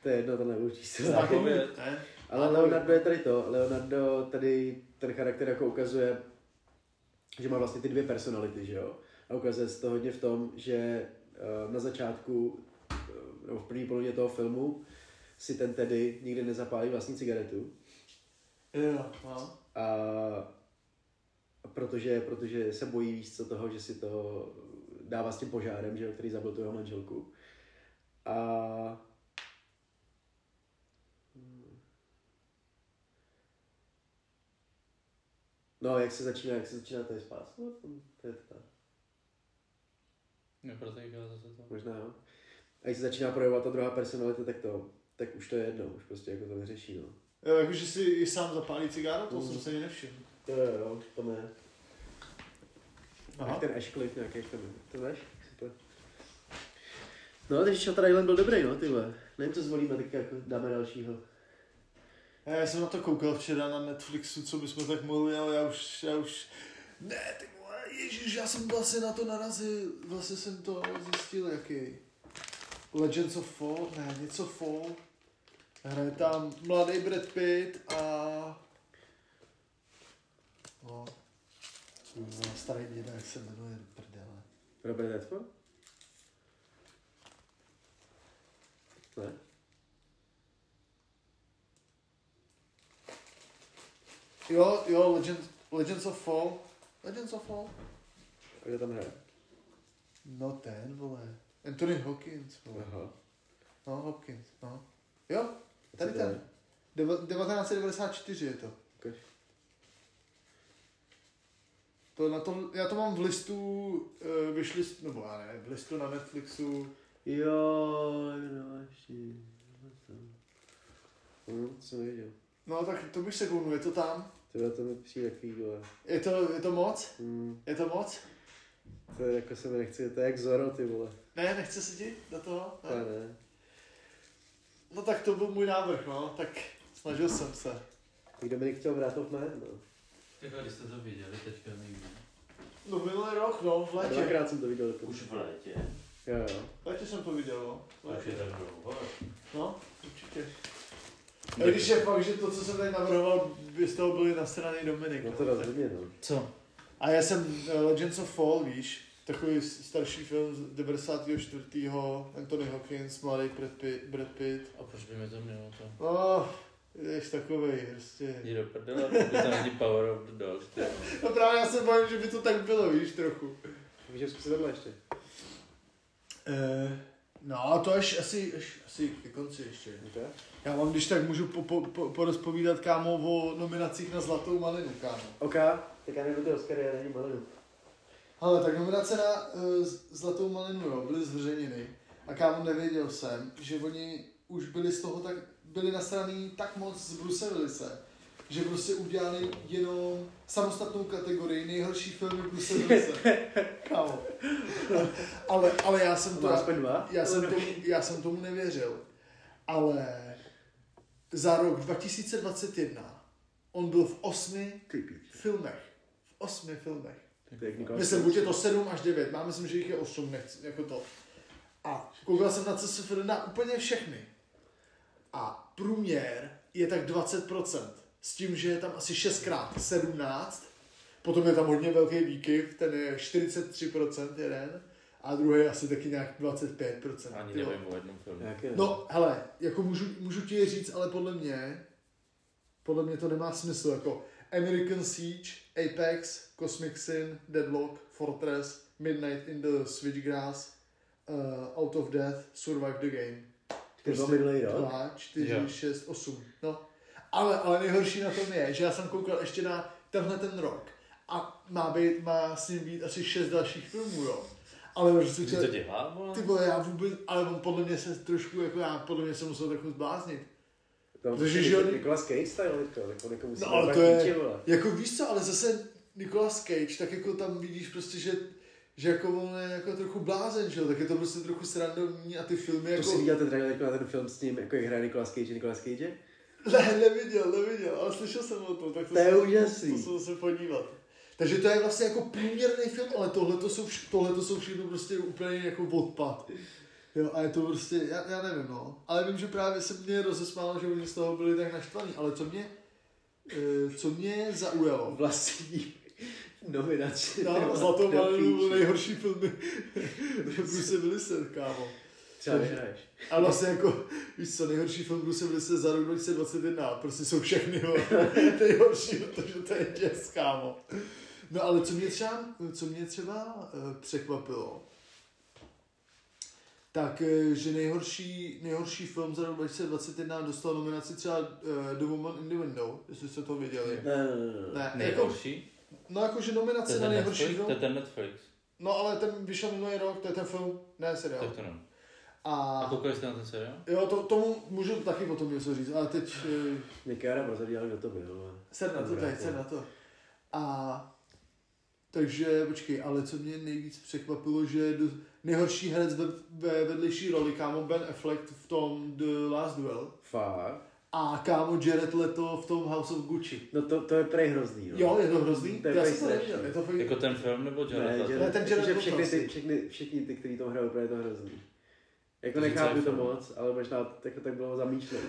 To je jedno, to neurčíš se.
Zápověď.
Ne?
Ale Leonardo je tady to. Leonardo tady ten charakter jako ukazuje, že má vlastně ty dvě personality, že jo? A ukazuje se to hodně v tom, že eh, na začátku, eh, nebo v první polovině toho filmu, si ten tedy nikdy nezapálí vlastní cigaretu.
Jo, no.
A protože, protože se bojí víc co toho, že si to dává s tím požárem, že jo, který zabil tu jeho manželku. A No, jak se začíná, jak se začíná tady spát? No, to je to tak.
Neprotejká zase to.
Možná jo. A jak se začíná projevovat ta druhá personalita, tak to, tak už to je jedno, už prostě jako to neřeší, no.
Jo, jakože si i sám zapálí cigáro, to
Mm.
jsem se ani nevšiml.
Jo, jo, jo, to ne. Jak
Aha.
ten Ashcliff nějaký, jak to byl. To znáš? Super. No, takže Shutter Island byl dobrý, no, ty vole. Nevím, co zvolíme, tak jako dáme dalšího.
Já, já jsem na to koukal včera na Netflixu, co bychom tak mohli, ale já už, já už... Ne, ty vole, ježiš, já jsem vlastně na to narazil, vlastně jsem to zjistil, jaký. Legends of Fall, ne, něco Fall. Hraje tam mladý Brad Pitt a... No, kurva, starý děda, jak se jmenuje, do prdele.
Robert Redford? Ne?
Jo, jo, Legend, Legends of Fall. Legends of Fall?
A kdo tam hraje?
No ten, vole. Anthony Hopkins, vole.
Aha.
No, Hopkins, no. Jo,
Co
tady
to
ten.
je?
Deva- 1994 je to.
Ukaž.
To na tom, já to mám v listu, uh, vyšlist, nebo já ne, v listu na Netflixu,
Jo, no ještě. Hm, co neviděl.
no tak to bych se kouknul, je to tam,
Tyhle to mi přijde takový, vole.
je to, je to moc,
Hm,
je to moc,
to je jako se mi nechci, to je jak Zoro, ty vole.
ne, nechce se ti do toho,
To je
ne.
ne.
no tak to byl můj návrh, no, tak snažil jsem se.
Jak Dominik chtěl brát of Man, no.
Tyhle, když jste to viděli teďka někdy.
No minulý rok, no, v
A
létě,
Dvakrát jsem to viděl dokonce.
Už v létě.
Jo, jo.
v létě jsem to viděl, no, v
To už je
létě.
tak dlouho.
no, určitě. A když je fakt, že to, co jsem tady navrhoval, by z toho byli nasraný Dominik.
No to
no, tak-
rozhodně, no.
Co?
A já jsem eh, Legends of Fall, víš, takový starší film z 94. Anthony Hopkins, mladý Brad Pitt. Brad Pitt.
A proč by mi to mělo to?
No, ješ takovej, prostě.
Jdi do prdele, to by tam ani Power of the Dogs, ty.
No právě já se bojím, že by to tak bylo, víš, trochu.
Můžeme zkusit tohle ještě.
Eh, no, to až asi, až, asi ke konci ještě.
Okay.
Já vám, když tak můžu po, po, po, porozpovídat, kámo, o nominacích na Zlatou malinu, kámo.
OK, tak já nebudu ty Oscary, já nevím, ale...
Ale tak nominace na uh, Zlatou malinu, jo, byly zveřejněny. A kámo, nevěděl jsem, že oni už byli z toho tak, byli nasraný tak moc z Bruce Willise, že prostě udělali jenom samostatnou kategorii nejhorší filmy Bruce Willise. Kámo. Ale, ale já jsem
To
to,
má aspoň dva?
já jsem tomu, já jsem tomu nevěřil. Ale za rok 2021 on byl v osmi
Ty píč.
filmech. V osmi filmech.
To je jak Nikolás.
Myslím, buď je to 7 až 9, já myslím, že jich je 8, nechci, jako to. A koukal jsem na CSFD na úplně všechny. A průměr je tak 20%, s tím, že je tam asi 6x17, potom je tam hodně velký výkyv, ten je 43% jeden, a druhý je asi taky nějak 25%.
Ani
ty jo.
nevím o jednom filmu.
Nějaké, no.
No, hele, jako můžu, můžu ti je říct, ale podle mě, podle mě to nemá smysl, jako American Siege, Apex, Cosmic Sin, Deadlock, Fortress, Midnight in the Switchgrass, uh, Out of Death, Survive the Game.
Ty
prostě-
dva minulej rok?
Dva, čtyři,
Jo.
šest, osm, no. Ale, ale nejhorší na tom je, že já jsem koukal ještě na tenhle ten rok a má, být, má s ním být asi šest dalších filmů, jo. Ale prostě
Kdy to dělá, vole?
ty vole, já vůbec, ale on podle mě se trošku, jako já podle mě se musel trochu zbláznit.
Tam
protože
Protože
že
žil...
oni-
Nikolás Cage style, teďko, tak on jako musí
No,
dát
ale to
píči,
je,
vole.
jako víš co, ale zase Nicolas Cage, tak jako tam vidíš prostě, že že jako on je jako trochu blázen, že jo, tak je to prostě trochu srandovní a ty filmy
To si
jako...
viděl ten trailer teďko na ten film s ním, jako jak hraje Nikolás Cage, Nikolás Cage?
Ne, neviděl, neviděl, ale slyšel jsem o tom, tak to,
To je
se-
úžasný.
To se musím podívat. Takže to je vlastně jako průměrný film, ale tohle to jsou, vš- tohle to jsou všechno prostě úplně jako odpad. Jo, a je to prostě, já, já nevím, no. Ale vím, že právě se mě rozesmálo, že oni z toho byli tak naštvaní. Ale co mě, eh, co mě zaujalo,
Vlastní nominaci.
na
vole, do
No, Zlatou malinu
píči.
byly nejhorší filmy Bruce Willise, kámo.
Třeba vyhraješ.
A vlastně jako, víš co, nejhorší film Bruce Willise za rok 2021, prostě jsou všechny jo, nejhorší, protože to je děs, kámo. No ale co mě třeba, co mě třeba eh, překvapilo, tak, eh, že nejhorší, nejhorší film za rok 2021 dostal nominaci třeba eh, The Woman in the Window, jestli jste to viděli.
Ne, ne, ne, ne.
Ne, jako,
Nejhorší?
no jakože
To je
nominace na
ten
nejhorší
Netflix?
film.
To je ten Netflix.
No ale ten vyšel minulý rok, to je ten film, ne seriál.
Tak to
no.
ne. A
A
koukali jste na ten seriál?
jo, to, tomu můžu taky potom něco říct, ale teď eh,
Něký Adam rozhodl, kdo to byl. ale-
Ser na to,
Dobrá,
tady,
to.
ser na to. A takže počkej, ale co mě nejvíc překvapilo, že do, nejhorší herec ve, ve vedlejší roli, kámo Ben Affleck v tom The Last Duel
Fakt.
a kámo Jared Leto v tom House of Gucci.
No to, to je prej hrozný. no.
Jo, je to hrozný,
To je
já
fakt
jsem to neviděl,
strašný.
je to fakt...
Jako ten film nebo
Ne,
Jared Leto?
že,
ten
ten že
Jared
všechny,
Leto
ty,
asi.
všechny, všichni ty, kteří to hrajou, právě je to hrozný. Jako
To je
nechápu to
celý
moc, ale možná jako tak bylo zamýšlení.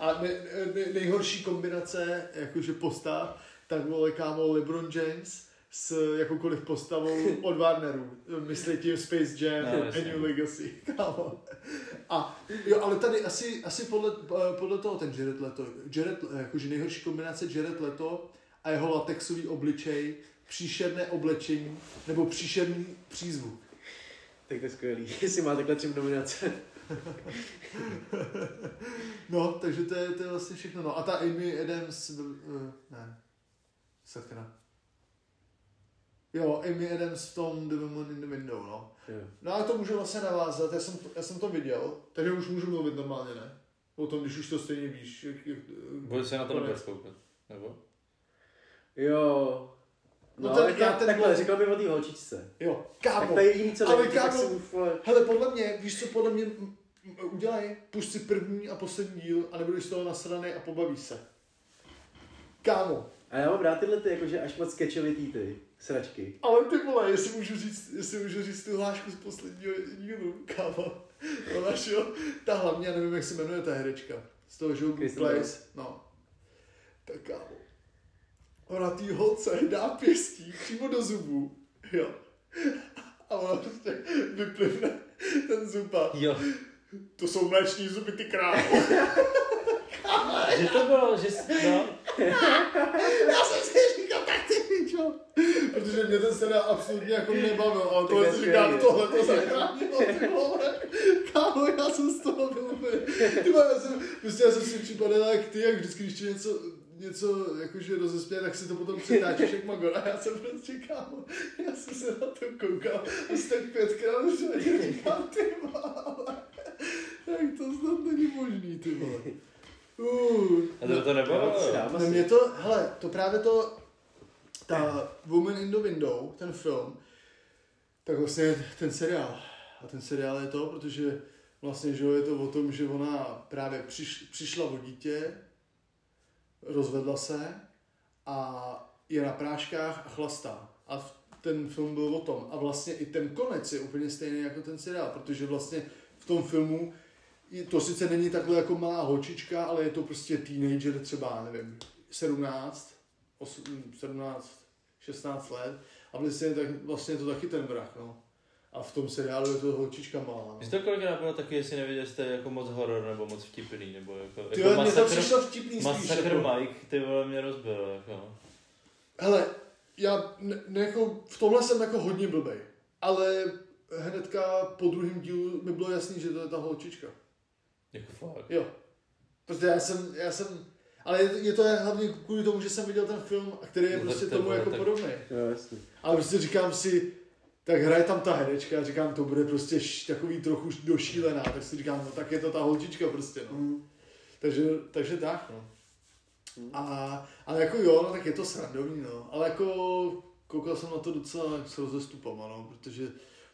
A ne, ne, nejhorší kombinace jakože postav, tak vole kámo LeBron James s jakoukoliv postavou od Warneru. Myslím tím Space Jam
No,
no, a
jasně.
New Legacy. Kámo. A jo, ale tady asi, asi podle, eh, podle toho ten Jared Leto, Jared, eh, jakože nejhorší kombinace Jared Leto a jeho latexový obličej, příšerné oblečení nebo příšerný přízvuk.
Tak to je skvělý, jestli má takhle tři nominace.
No, takže to je, to je vlastně všechno. No. A ta Amy Adams, byl, eh, ne, sakra. Jo, Amy Adams v tom The Woman in the Window, no.
Jo.
No a to můžu vlastně navázat, já jsem, to, já jsem to viděl, takže už můžu mluvit normálně, ne? O tom, když už to stejně víš. Jak, jak,
Bude se na to
Konec.
nebude koukat. Nebo?
Jo. No,
No
no
ten-
tak
já
já,
ten-
takhle, říkal mi o té holčičce.
Jo,
Tak
kámo.
to je jediný, co
Ale
nevím, tak
kámo-
jsem vole,
Hele, podle mě, víš co, podle mě m- m- udělej, pusť si první a poslední díl a nebudeš z toho nasranej a pobaví se. Kámo,
A já mám rád tyhle ty, jakože až moc sketchovitý ty sračky.
ale ty vole, jestli můžu říct, jestli můžu říct tu hlášku z posledního dílu, kámo. Ona šel, ta hlavně, já nevím, jak se jmenuje ta herečka. Z toho Joe Good
Kristen Bell.
Place, no. Tak kámo. Ona tý holce dá pěstí přímo do zubů, jo. A ona prostě vyplivne ten zuba.
Jo.
To jsou mléční zuby, ty krávo.
Že to bylo, že jsi, no.
Já jsem si říkal, tak ty pičo. Protože mě ten seriál absolutně jako nebavil, ale tohle
Tak
si
je
říkám,
skvělý.
tohle to zachránilo, ty vole. Kámo, já jsem z toho byl úplně, ty vole, já jsem, prostě já jsem si připadal jak ty, jak vždycky, když ti něco, něco jakože rozespěje, tak si to potom přetáčíš jak magor. A já jsem prostě, kámo, já jsem se na to koukal asi tak pětkrát, že já říkám, ty vole, tak to snad není možný, ty vole. Uh,
A to, to nebylo.
Já si
jo.
dám
No
asi.
mě to, hele, to právě to, ta Woman in the Window, ten film, tak vlastně ten seriál. A ten seriál je to, protože vlastně, že jo, je to o tom, že ona právě přiš, přišla o dítě, rozvedla se a je na práškách a chlastá. A v- ten film byl o tom. A vlastně i ten konec je úplně stejný jako ten seriál, protože vlastně v tom filmu je- to sice není takhle jako malá holčička, ale je to prostě teenager třeba, já nevím, 17, 8, 17, 16 let a vlastně, je tak, vlastně je to taky ten vrah, no. A v tom seriálu je to holčička malá. no.
Mně to kolikrát bylo taky, jestli nevěděl, jste jako moc horor nebo moc vtipný, nebo jako, jako
Ty jo, mě to
masakr,
přišlo vtipný spíš.
masakr
Jako.
Mike, ty vole mě rozbil, jako.
Hele, já ne, ne, jako, v tomhle jsem jako hodně blbej, ale hnedka po druhém dílu mi bylo jasný, že to je ta holčička.
Jako fakt.
Jo. Protože já jsem, já jsem, ale je, je to hlavně kvůli tomu, že jsem viděl ten film, a který je
No tak
prostě
to
tomu
bude
jako
tak-
podobný.
Jo, jasně.
Ale prostě říkám si, tak hraje tam ta herečka, a říkám, to bude prostě š, takový trochu š- došílená, tak si říkám, no tak je to ta holčička prostě, no. Takže, takže tak, no. A, ale jako jo, no tak je to srandovní, no. Ale jako koukal jsem na to docela s rozestupama, no, protože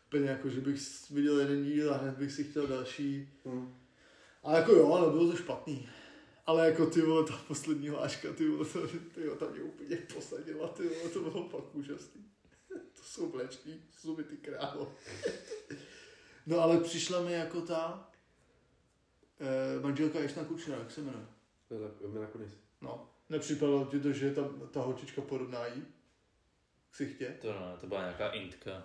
úplně jako, že bych s- viděl jeden díl a hned bych si chtěl další.
Mm.
Ale jako jo, ale bylo to špatný. Ale jako ty vole, ta poslední hláška, ty vole, to, ty vole, ta mě úplně posadila, ty vole, to bylo fakt úžasný. To jsou mléční zuby, ty králo. No ale přišla mi jako ta eh, manželka Ešna Kučera, jak se jmenuje.
To je tak- mi nakonec.
No, nepřipadalo ti to, že je tam ta holčička podobná jí? K sichtě?
To ne, to byla nějaká intka.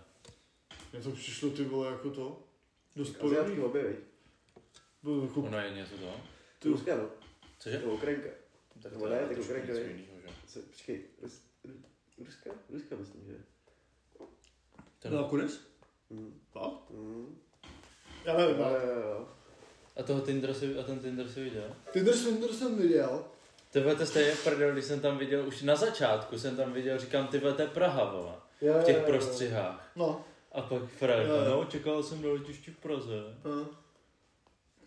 Mně to přišlo ty vole jako to. Dost
Asiátský
podobný.
hobby, veď?
Bylo jako
Ona je něco to.
To
Ty-
je Ruska, no.
Cože?
Nebo Ukrajinka.
Tak
Nebo ne,
je
tak
trošku
Ukrajinka
něco
je.
jinýho, že?
Co, počkej, Rus, Ru- Ruska? Ruska myslím, že.
To
No,
ne.
nakonec?
Mm.
No.
Mm.
Já
Jo,
nevím, ale...
jo, jo.
A toho Tinder si, a ten Tinder si viděl?
Tinder Swindler jsem viděl.
Ty vole, to stejně prdel, když jsem tam viděl, už na začátku jsem tam viděl, říkám, ty vole, to je Praha, vole.
Jo,
V těch prostřihách.
No.
A pak Frajer,
Jo, jo.
no, čekal jsem na letišti v Praze.
eh.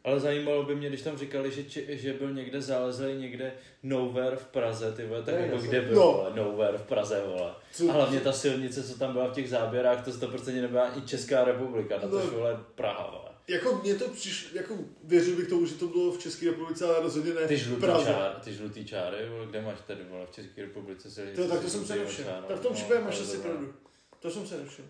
Ale zajímalo by mě, když tam říkali, že, či, že byl někde zalezlý někde nowhere v Praze, ty vole, tak
Ne,
jako
jasně.
kde byl,
No.
vole, nowhere v Praze, vole.
Co-
A hlavně ta silnice, co tam byla v těch záběrách, to 100% nebyla i Česká republika, na to,
No.
vole, Praha, vole.
Jako mně to přišlo, jako věřil bych tomu, že to bylo v České republice, ale rozhodně ne
Ty
v
žlutý,
Praze.
čár, ty žlutý čáry, vole, kde máš tady, vole, v České republice silnice?
To, tak to
se
jsem se
žlutýma
nevšiml.
čárama,
Tak v tom
no,
případě máš
ale
asi
dobrá.
pravdu. To jsem se nevšiml.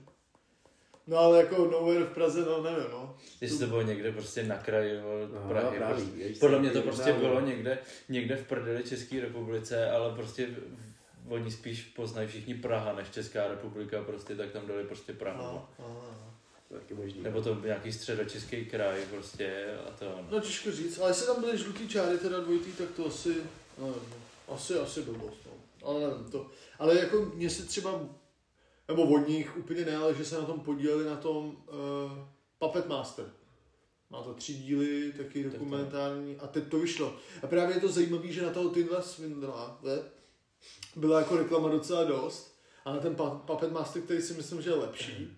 No ale jako nowhere v Praze, no nevím, no.
Jestli to bylo někde prostě na kraji vole,
No,
Prahy.
právě,
prostě.
víš,
Podle
co,
mě to
ty
prostě
právě.
bylo někde, někde v prdeli České republice, ale prostě v- v- oni spíš poznají všichni Praha než Česká republika, prostě tak tam dali prostě Prahu.
No, no, no.
To je Taky možný.
Nebo to byl nějaký středočeský kraj prostě a to no.
no těžko říct, ale jestli tam byly žlutý čáry, teda dvojitý, tak to asi, nevím, no. asi, asi blbost, no. Ale nevím to. Ale jako mě se třeba, nebo od nich úplně ne, ale že se na tom podíleli na tom uh, Puppet Master. Má to tři díly, taky
to-
dokumentární a teď to vyšlo. A právě eh, je to zajímavé, že na toho Tindla Swindla ne, byla jako reklama docela dost. A Ale ten pa- Puppet Master, který si myslím, že je lepší,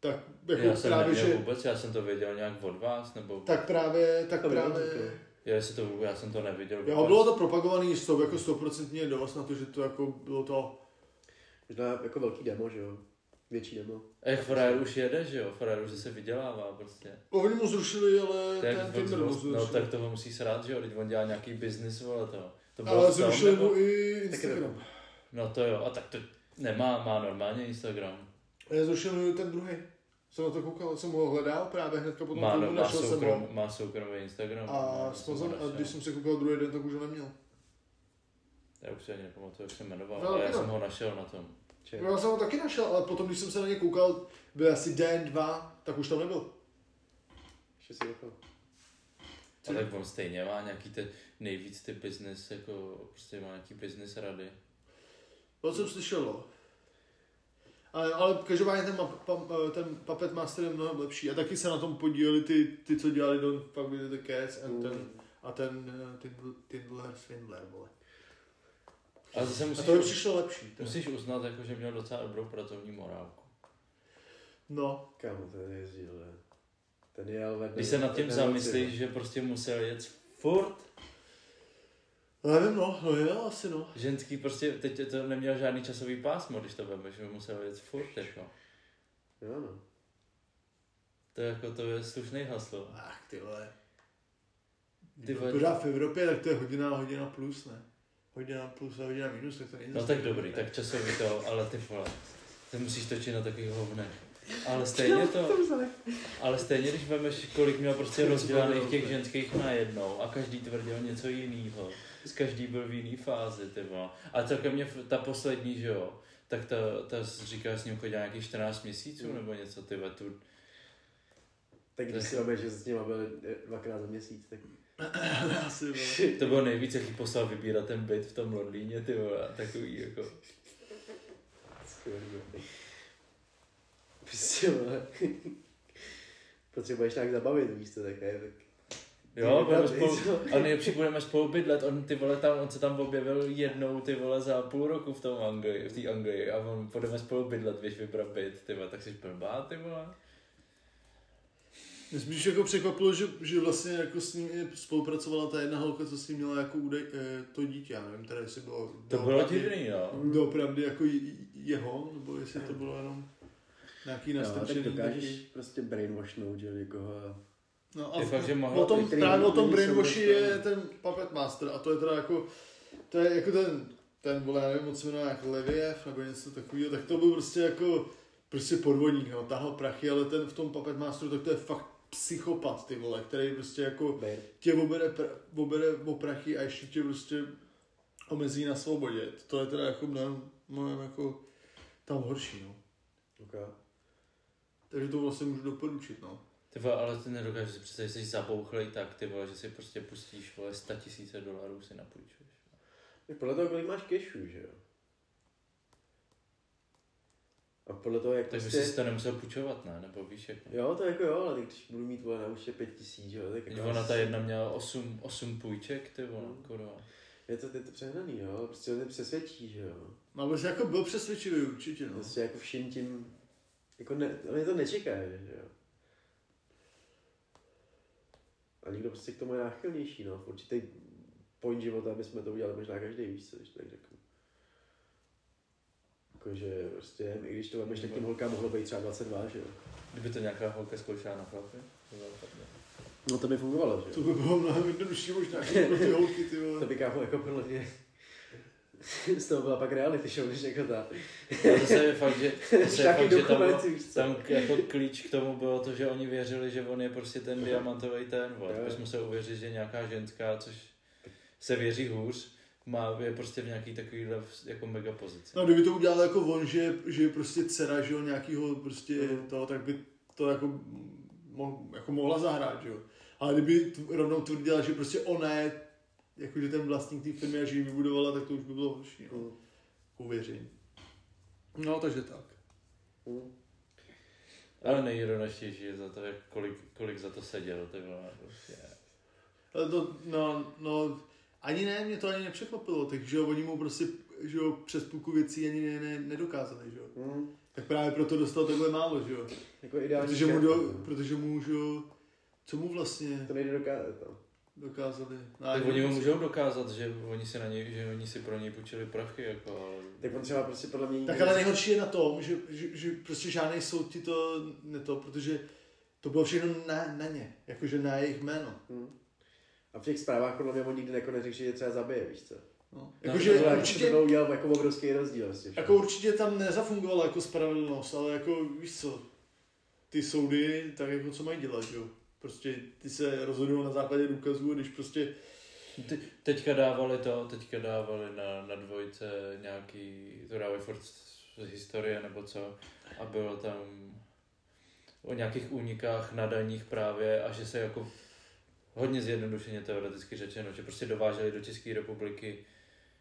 tak jako
Mhm. Já jsem
právě,
nevěděl
že,
vůbec, já jsem to věděl nějak od vás, nebo tak.
tak právě, tak
To bylo
právě,
dobrý.
já, si to, já jsem to neviděl vůbec.
jo, bylo to propagovaný s tou jako stoprocentně dost na to, že to jako bylo to,
Možná jako velký demo, že jo? Větší demo.
Ech, frajer už jede, že jo, frajer už se vydělává prostě.
oni mu zrušili, ale
Tak
ten
on
Tinder mu
zru-
zrušili.
no tak toho musí srát, že jo, teď on dělá nějaký business, vole to. To bylo
ale
v tom,
zrušili
nebo-
mu i Instagram.
No to jo, a tak to nemá, má normálně Instagram.
Eh, Zrušil mu i ten druhý. Jsem na to koukal, jsem ho hledal právě hnedka potom
Má,
filmu,
no, má,
našel jsem ho.
soukrom, má soukromý Instagram.
A,
no,
spozor,
jsem ho
a když
našel.
jsem se koukal druhý den, tak už ho neměl.
Já už si ani nepamatuju, jak se jmenoval,
No,
ale já
taky no.
jsem ho našel na tom.
Ček.
Já jsem ho taky našel, ale potom, když jsem se na ně koukal, byl asi den, dva, tak už tam nebyl.
Ještě si jako.
A tak on stejně má nějaký ty nejvíc ty business, jako prostě má nějaký business rady.
To jsem slyšel, no. Ale, ale každopádně ten, map, pam, ten Puppet Master je mnohem lepší. A taky se na tom podíleli ty, ty co dělali Don't Fuck With The Cats a ten,
Mm.
a ten eh, Tindl- Tindler Swindler, vole.
Ale zase
A
musíš,
to mi přišlo lepší. teda.
musíš uznat, jako, že měl docela dobrou pracovní morálku.
No,
Kámo, ten jezdil, ne? Ten jel ve dne-
Když se nad tím
ve dne noci,
zamyslíš,
no.
že prostě musel jet furt,
nevím, no, no jo, asi no.
ženský prostě, teď to neměl žádný časový pásmo, když to vemeš, že musel jet furt, jako.
Jo, no.
To je jako, to je slušný haslo.
Ach, ty vole.
Ty
Ty
vole.
vole. v Evropě, tak to je hodina, hodina plus, ne? Hodina plus a hodina minus, tak to není
No
zas
tak
tolik,
dobrý,
ne?
tak časový to, ale ty vole, ty musíš točit na takových hovnech. Ale stejně to, ale stejně když vemeš, kolik měl prostě rozdělaných těch ženských najednou a každý tvrdil něco jiného. Z každý byl v jiný fázi, ty vole. A celkem mě f- ta poslední, že jo, tak ta, ta říká, s ním chodila nějakých 14 měsíců nebo něco, ty vole, tu,
Tak když
To-
si obě, že s nima byl dvakrát za měsíc, tak
Asi, vole.
To bylo nejvíc, jak jí poslal vybírat ten byt v tom Londýně, ty vole, a takový jako.
skvělý. no. Prostě, vole. Potřebuješ nějak zabavit místo, tak ne, tak
Jo, budeme
pravda,
spolu, a nejlepší budeme spolu bydlet, on ty vole tam, on se tam objevil jednou ty vole za půl roku v tom Anglii, v té Anglii a on budeme spolu bydlet, víš, vybrat byt, ty vole, tak jsi blbá, ty vole.
Mě spíš jako překvapilo, že, že vlastně jako s ním i spolupracovala ta jedna holka, co s ním měla jako údaj, eh, to dítě, já nevím teda, jestli bylo...
To bylo divný, no.
Doopravdy jako j- jeho, nebo jestli to bylo jenom nějaký
No,
Jo, No, tak
nastrčený.
dokážeš
taky.
prostě brainwashnout, že někoho a...
No a
Je
v-
fakt, že mohla
o tom,
být
který
právě o tom
lidi jsou
brainwashi
dostali.
je ten Puppet Master a to je teda jako, to je jako ten, ten vole, já nevím, moc se jmenuje jak Leviev nebo něco takového, tak to byl prostě jako, prostě podvodník, no, tahal prachy, ale ten v tom Puppet Masteru, tak to je fakt psychopat, ty vole, který prostě jako
Bejt.
tě obere, pr- obere o prachy a ještě tě prostě omezí na svobodě. To je teda jako mnohem, mnohem jako tam horší, no.
Okay.
Takže to vlastně můžu doporučit, no.
Ty vole, ale ty nedokážeš si představit, že jsi zabouchlej tak, ty vole, že si prostě pustíš, vole, 100 tisíce dolarů si napůjčuješ.
Tak podle toho, kolik máš kešů, že jo? A podle toho, jak
Tak by
prostě-
si to nemusel půjčovat, ne? Nebo víš, jako.
Jo, to jako jo, ale tak když budu mít vole na účtě pět tisíc, jo, tak
Teď
jako
Ona ta jedna měla 8, 8 půjček, ty vole, kurva.
je, to, je to přehnaný, jo, prostě to přesvědčí, že jo.
No, ale prostě jako byl přesvědčivý určitě, no.
Prostě jako vším tím, jako ne, oni to nečekají, že jo. A někdo prostě k tomu je náchylnější, no, v určitý point života bychom to udělali možná každý, víš co, když to tak řeknu. Jakože prostě, i když to vemeš, tak těm holkám mohlo být třeba 22, že jo.
Kdyby to nějaká holka zkoušela na chlapy, to bylo fakt ne.
No to by fungovalo, že
To
jo.
by bylo mnohem jednodušší možná jako pro ty holky, ty
To
vole.
by kámo jako podle mě, z toho byla pak reality show, než jako ta.
A zase je fakt, že, zase je
Taky
fakt, že tam, bylo,
dokument, víš co.
tam k- jako klíč k tomu bylo to, že oni věřili, že on je prostě ten diamantový ten, vole.
Jo.
Bys musel uvěřit, že nějaká ženská, což se věří hůř, má, je prostě v nějaký takovýhle jako mega pozici.
No, kdyby to udělal jako on, že, že je prostě dcera, že jo, nějakýho prostě toho, tak by to jako, mo, jako mohla zahrát, že jo. Ale kdyby t- rovnou tvrdila, že prostě ona je, jakože ten vlastník té firmy a že ji vybudovala, tak to už by bylo horší, no.
Mm.
Uvěřím. No, takže tak.
Mm.
Ale nejironičtější je za to, jak kolik, kolik za to seděl, ty vole, prostě.
Ale to, no, no, ani ne, mě to ani nepřekvapilo, takže oni mu prostě že jo, přes půlku věcí ani ne, ne, nedokázali, že jo.
Hm,
Tak právě proto dostal takhle málo, že jo.
jako ideální
Protože mu,
šéf,
do,
no.
protože mu, že jo, co mu vlastně
To nejde dokázat, no.
dokázali? No, prostě.
Tak oni mu můžou dokázat, že oni si, na něj, že oni si pro něj půjčili prachy, jako, ale...
Tak on třeba prostě podle mě...
Tak ale nejhorší je na tom, že, že, že prostě žádný soud ti to ne to, protože to bylo všechno na, na ně, jakože na jejich jméno. no.
Hm. A v těch zprávách podle mě on nikdy jako neřekl, že je třeba zabije, víš co?
No.
To
Jakože
bylo- To
určitě,
bylo udělal jako obrovský rozdíl vlastně. že?
jako určitě tam nezafungovala jako spravedlnost, ale jako víš co, ty soudy tak jako co mají dělat, že jo? Prostě ty se rozhodují na základě důkazů, když prostě
Te, teďka dávali to, teďka dávali na, na dvojce nějaký, to dávají furt z z historie nebo co, a bylo tam o nějakých únikách na daních právě a že se jako hodně zjednodušeně teoreticky řečeno, že prostě dováželi do České republiky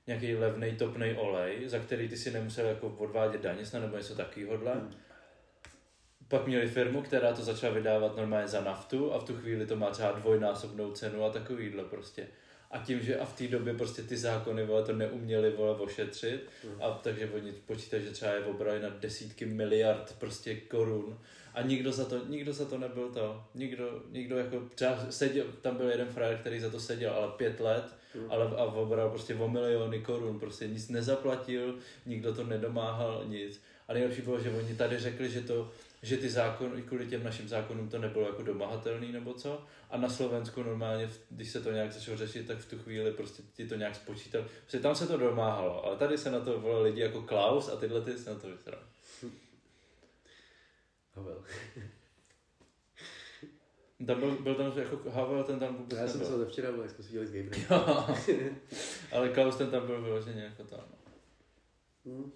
nějaký levnej topnej olej, za který ty si nemusel jako odvádět daně snad nebo něco takovýhodle.
Hmm.
Pak měli firmu, která to začala vydávat normálně za naftu a v tu chvíli to má třeba dvojnásobnou cenu a takovýhle prostě. A tím, že a v té době prostě ty zákony vole, to neuměli vole ošetřit,
Mm.
a takže oni počítají, že třeba je obrali na desítky miliard prostě korun a nikdo za to, nikdo za to nebyl to, nikdo, nikdo jako třeba seděl, tam byl jeden frajer, který za to seděl, ale pět let
Mm.
ale a obral prostě o miliony korun, prostě nic nezaplatil, nikdo to nedomáhal, nic. A nejlepší bylo, že oni tady řekli, že to, že ty zákon, kvůli těm našim zákonům to nebylo jako domahatelný nebo co. A na Slovensku normálně, v- když se to nějak začalo řešit, tak v tu chvíli prostě ti to nějak spočítal. Prostě tam se to domáhalo, ale tady se na to volali lidi jako Klaus a tyhle ty se na to vysral.
Havel.
Tam byl, byl tam jako Havel, ten tam vůbec
Já jsem
nebyl.
se to včera byl, jak jsme si dělali s Gabrem.
ale Klaus ten tam byl vyloženě jako tam. no.
Hm.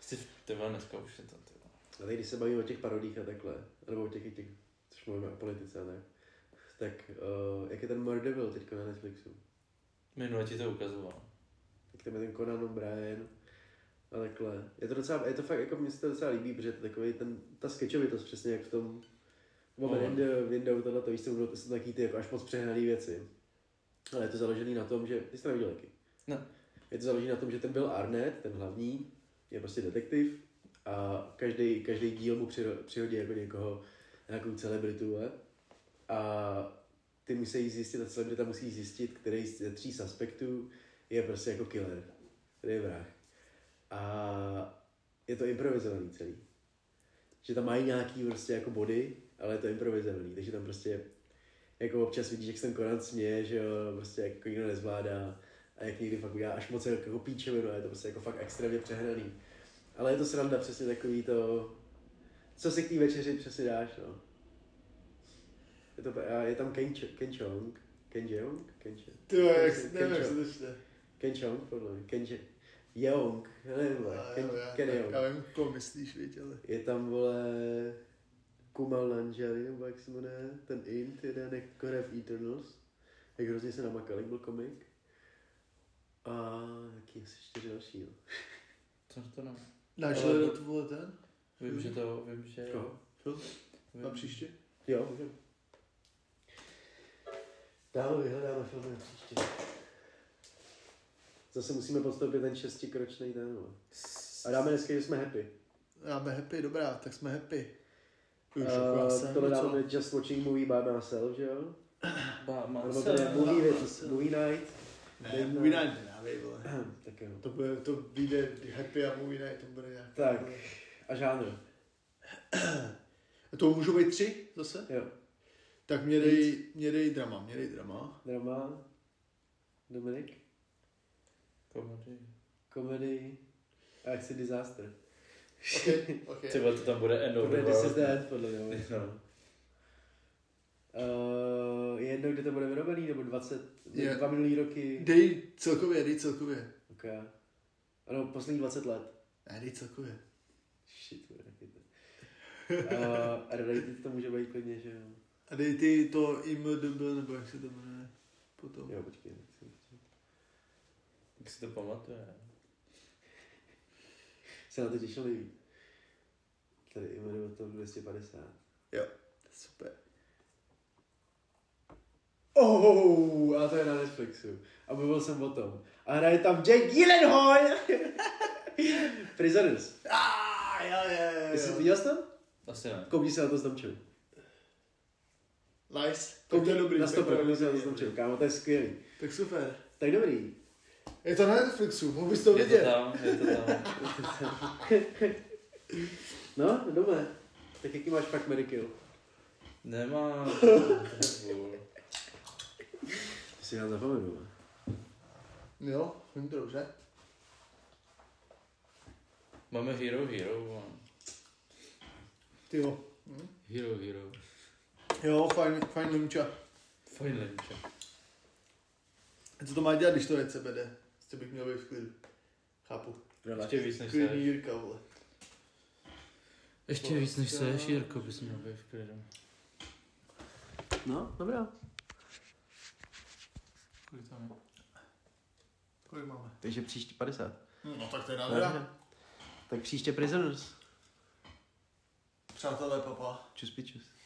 Jsi, ty vole, dneska už je to, ty vole.
A teď, když se bavíme o těch parodích a takhle, nebo o těch, těch což mluvíme o politice a tak, tak uh, jak je ten Murderville teďko na Netflixu?
Minule ti to ukazoval.
Tak tam je ten Conan O'Brien a takhle. Je to docela, je to fakt, jako mně se to docela líbí, protože to je takový ten, ta sketchovitost přesně jak v tom Woman in the Window, tohle to víš, co, to jsou taky ty jako až moc přehnaný věci. Ale je to založený na tom, že, ty jste neviděl taky.
Ne.
Je to založený na tom, že ten byl Arnett, ten hlavní, je prostě detektiv a každý, každý díl mu přiro- přihodí jako někoho, nějakou celebritu, ne? A ty musí zjistit, ta celebrita musí zjistit, který z ze tří suspektů je prostě jako killer, který je vrah. A je to improvizovaný celý. Že tam mají nějaký prostě jako body, ale je to improvizovaný, takže tam prostě jako občas vidíš, jak se ten Conan směje, že jo, prostě jako nikdo nezvládá a jak někdy fakt udělá až moc jako píčovinu a je to prostě jako fakt extrémně přehraný. Ale je to sranda přesně takový to, co si k té večeři přesně dáš, no. Je, to, a je tam Ken, Ch- Ken Chong, Ken Jeong, Ken Chong.
ty jo, jak,
Ken
nevím, jak
Chong.
se to čte.
Ken Chong, podle mě. Ken Je- Jeong. Já nevím, vole.
Já-
Ken,
já-
Ken
tak Já
Jeong.
vím, koho myslíš, víš, ale...
Je tam, vole, Kumal Nanjari, nebo jak se jmenuje, ten Int, jeden jak hraje v Eternals. Jak hrozně se namakal, jak byl komik. A jaký asi čtyři další, no. jo.
Co to nám?
Dáš
Ale-
hledat, vole, ten?
Vím, že to, vím, že...
Koho?
Film?
Vím,
Na příště?
Jo, můžem. Dáme, vyhledáme filmy na příště. Zase musíme podstoupit ten šestikročný den, vole. A dáme dneska, že jsme happy.
Dáme happy, dobrá, tak jsme happy. Už uh,
Uh,
jsem,
tohle
tohle
dáme Just Watching Movie by Myself, že jo?
Bá, má
Nebo
se...
tady movie,
dává
věc,
se.
movie night.
Ne, Movie Night Eh, nedávej, vole.
Tak jo.
To, bude, to vyjde happy a Movie Night, to bude nějak.
Tak. A žánr.
A to můžou být tři zase?
Jo.
Tak mě dej, mě dej drama, mě dej drama.
Drama. Dominik.
Komedy.
Komedii. A jak si disaster.
Okay, okay.
Ty vole, to tam bude end
To
of the
bude This is
world.
the end, podle mě.
No.
Uh, je jedno, kde to bude vyrobený, nebo 20,
Je.
dva minulý roky.
Dej celkově, dej celkově.
Ok. Ano, poslední 20 let.
Ne, dej celkově.
Shit, to je taky to. Uh, rated to může být klidně, že jo.
A dej ty to IMDB, nebo jak se to jmenuje. Potom.
Jo, počkej. tak si-
Jak si to pamatuje?
Se na to těšil nejvíc. Tady jmenuje to 250.
Super.
Oh, a to je na Netflixu. A mluvil jsem o tom. A hraje tam Jake Gyllenhaal. Prisoners.
Ah, jo, jo, jo,
Jsi
jo.
viděl jsi to?
Asi ne.
Koukni se na to s Domčou.
Nice. Tak to je dobrý.
Na
tak
100
to je
koukni se na to
dobrý.
s Domčou. Kámo, to je skvělý.
Tak super.
Tak dobrý.
Je to na Netflixu, mohl bys to
Je to
vidět.
tam, je to tam.
No, dobré. Tak jaký máš pak Medikill?
Nemá.
To si já zapomenu.
Jo, vím to dobře.
Máme Hero Hero. a-
Ty jo.
Hero, hero.
Jo, fajn, fajn limča.
Fajn lenče.
A Co to má dělat, když to je CBD? Prostě bych měl být v klidu. Chápu.
Ještě víc než se.
Klidný Jirka, vole.
Ještě víc než se, Jirko, bys měl být v klidu.
No, dobrá.
Kolik tam je?
Kolik máme?
Takže příště 50.
No tak to je nádhera.
Tak příště Prisoners.
Přátelé, papa.
Čus pičus.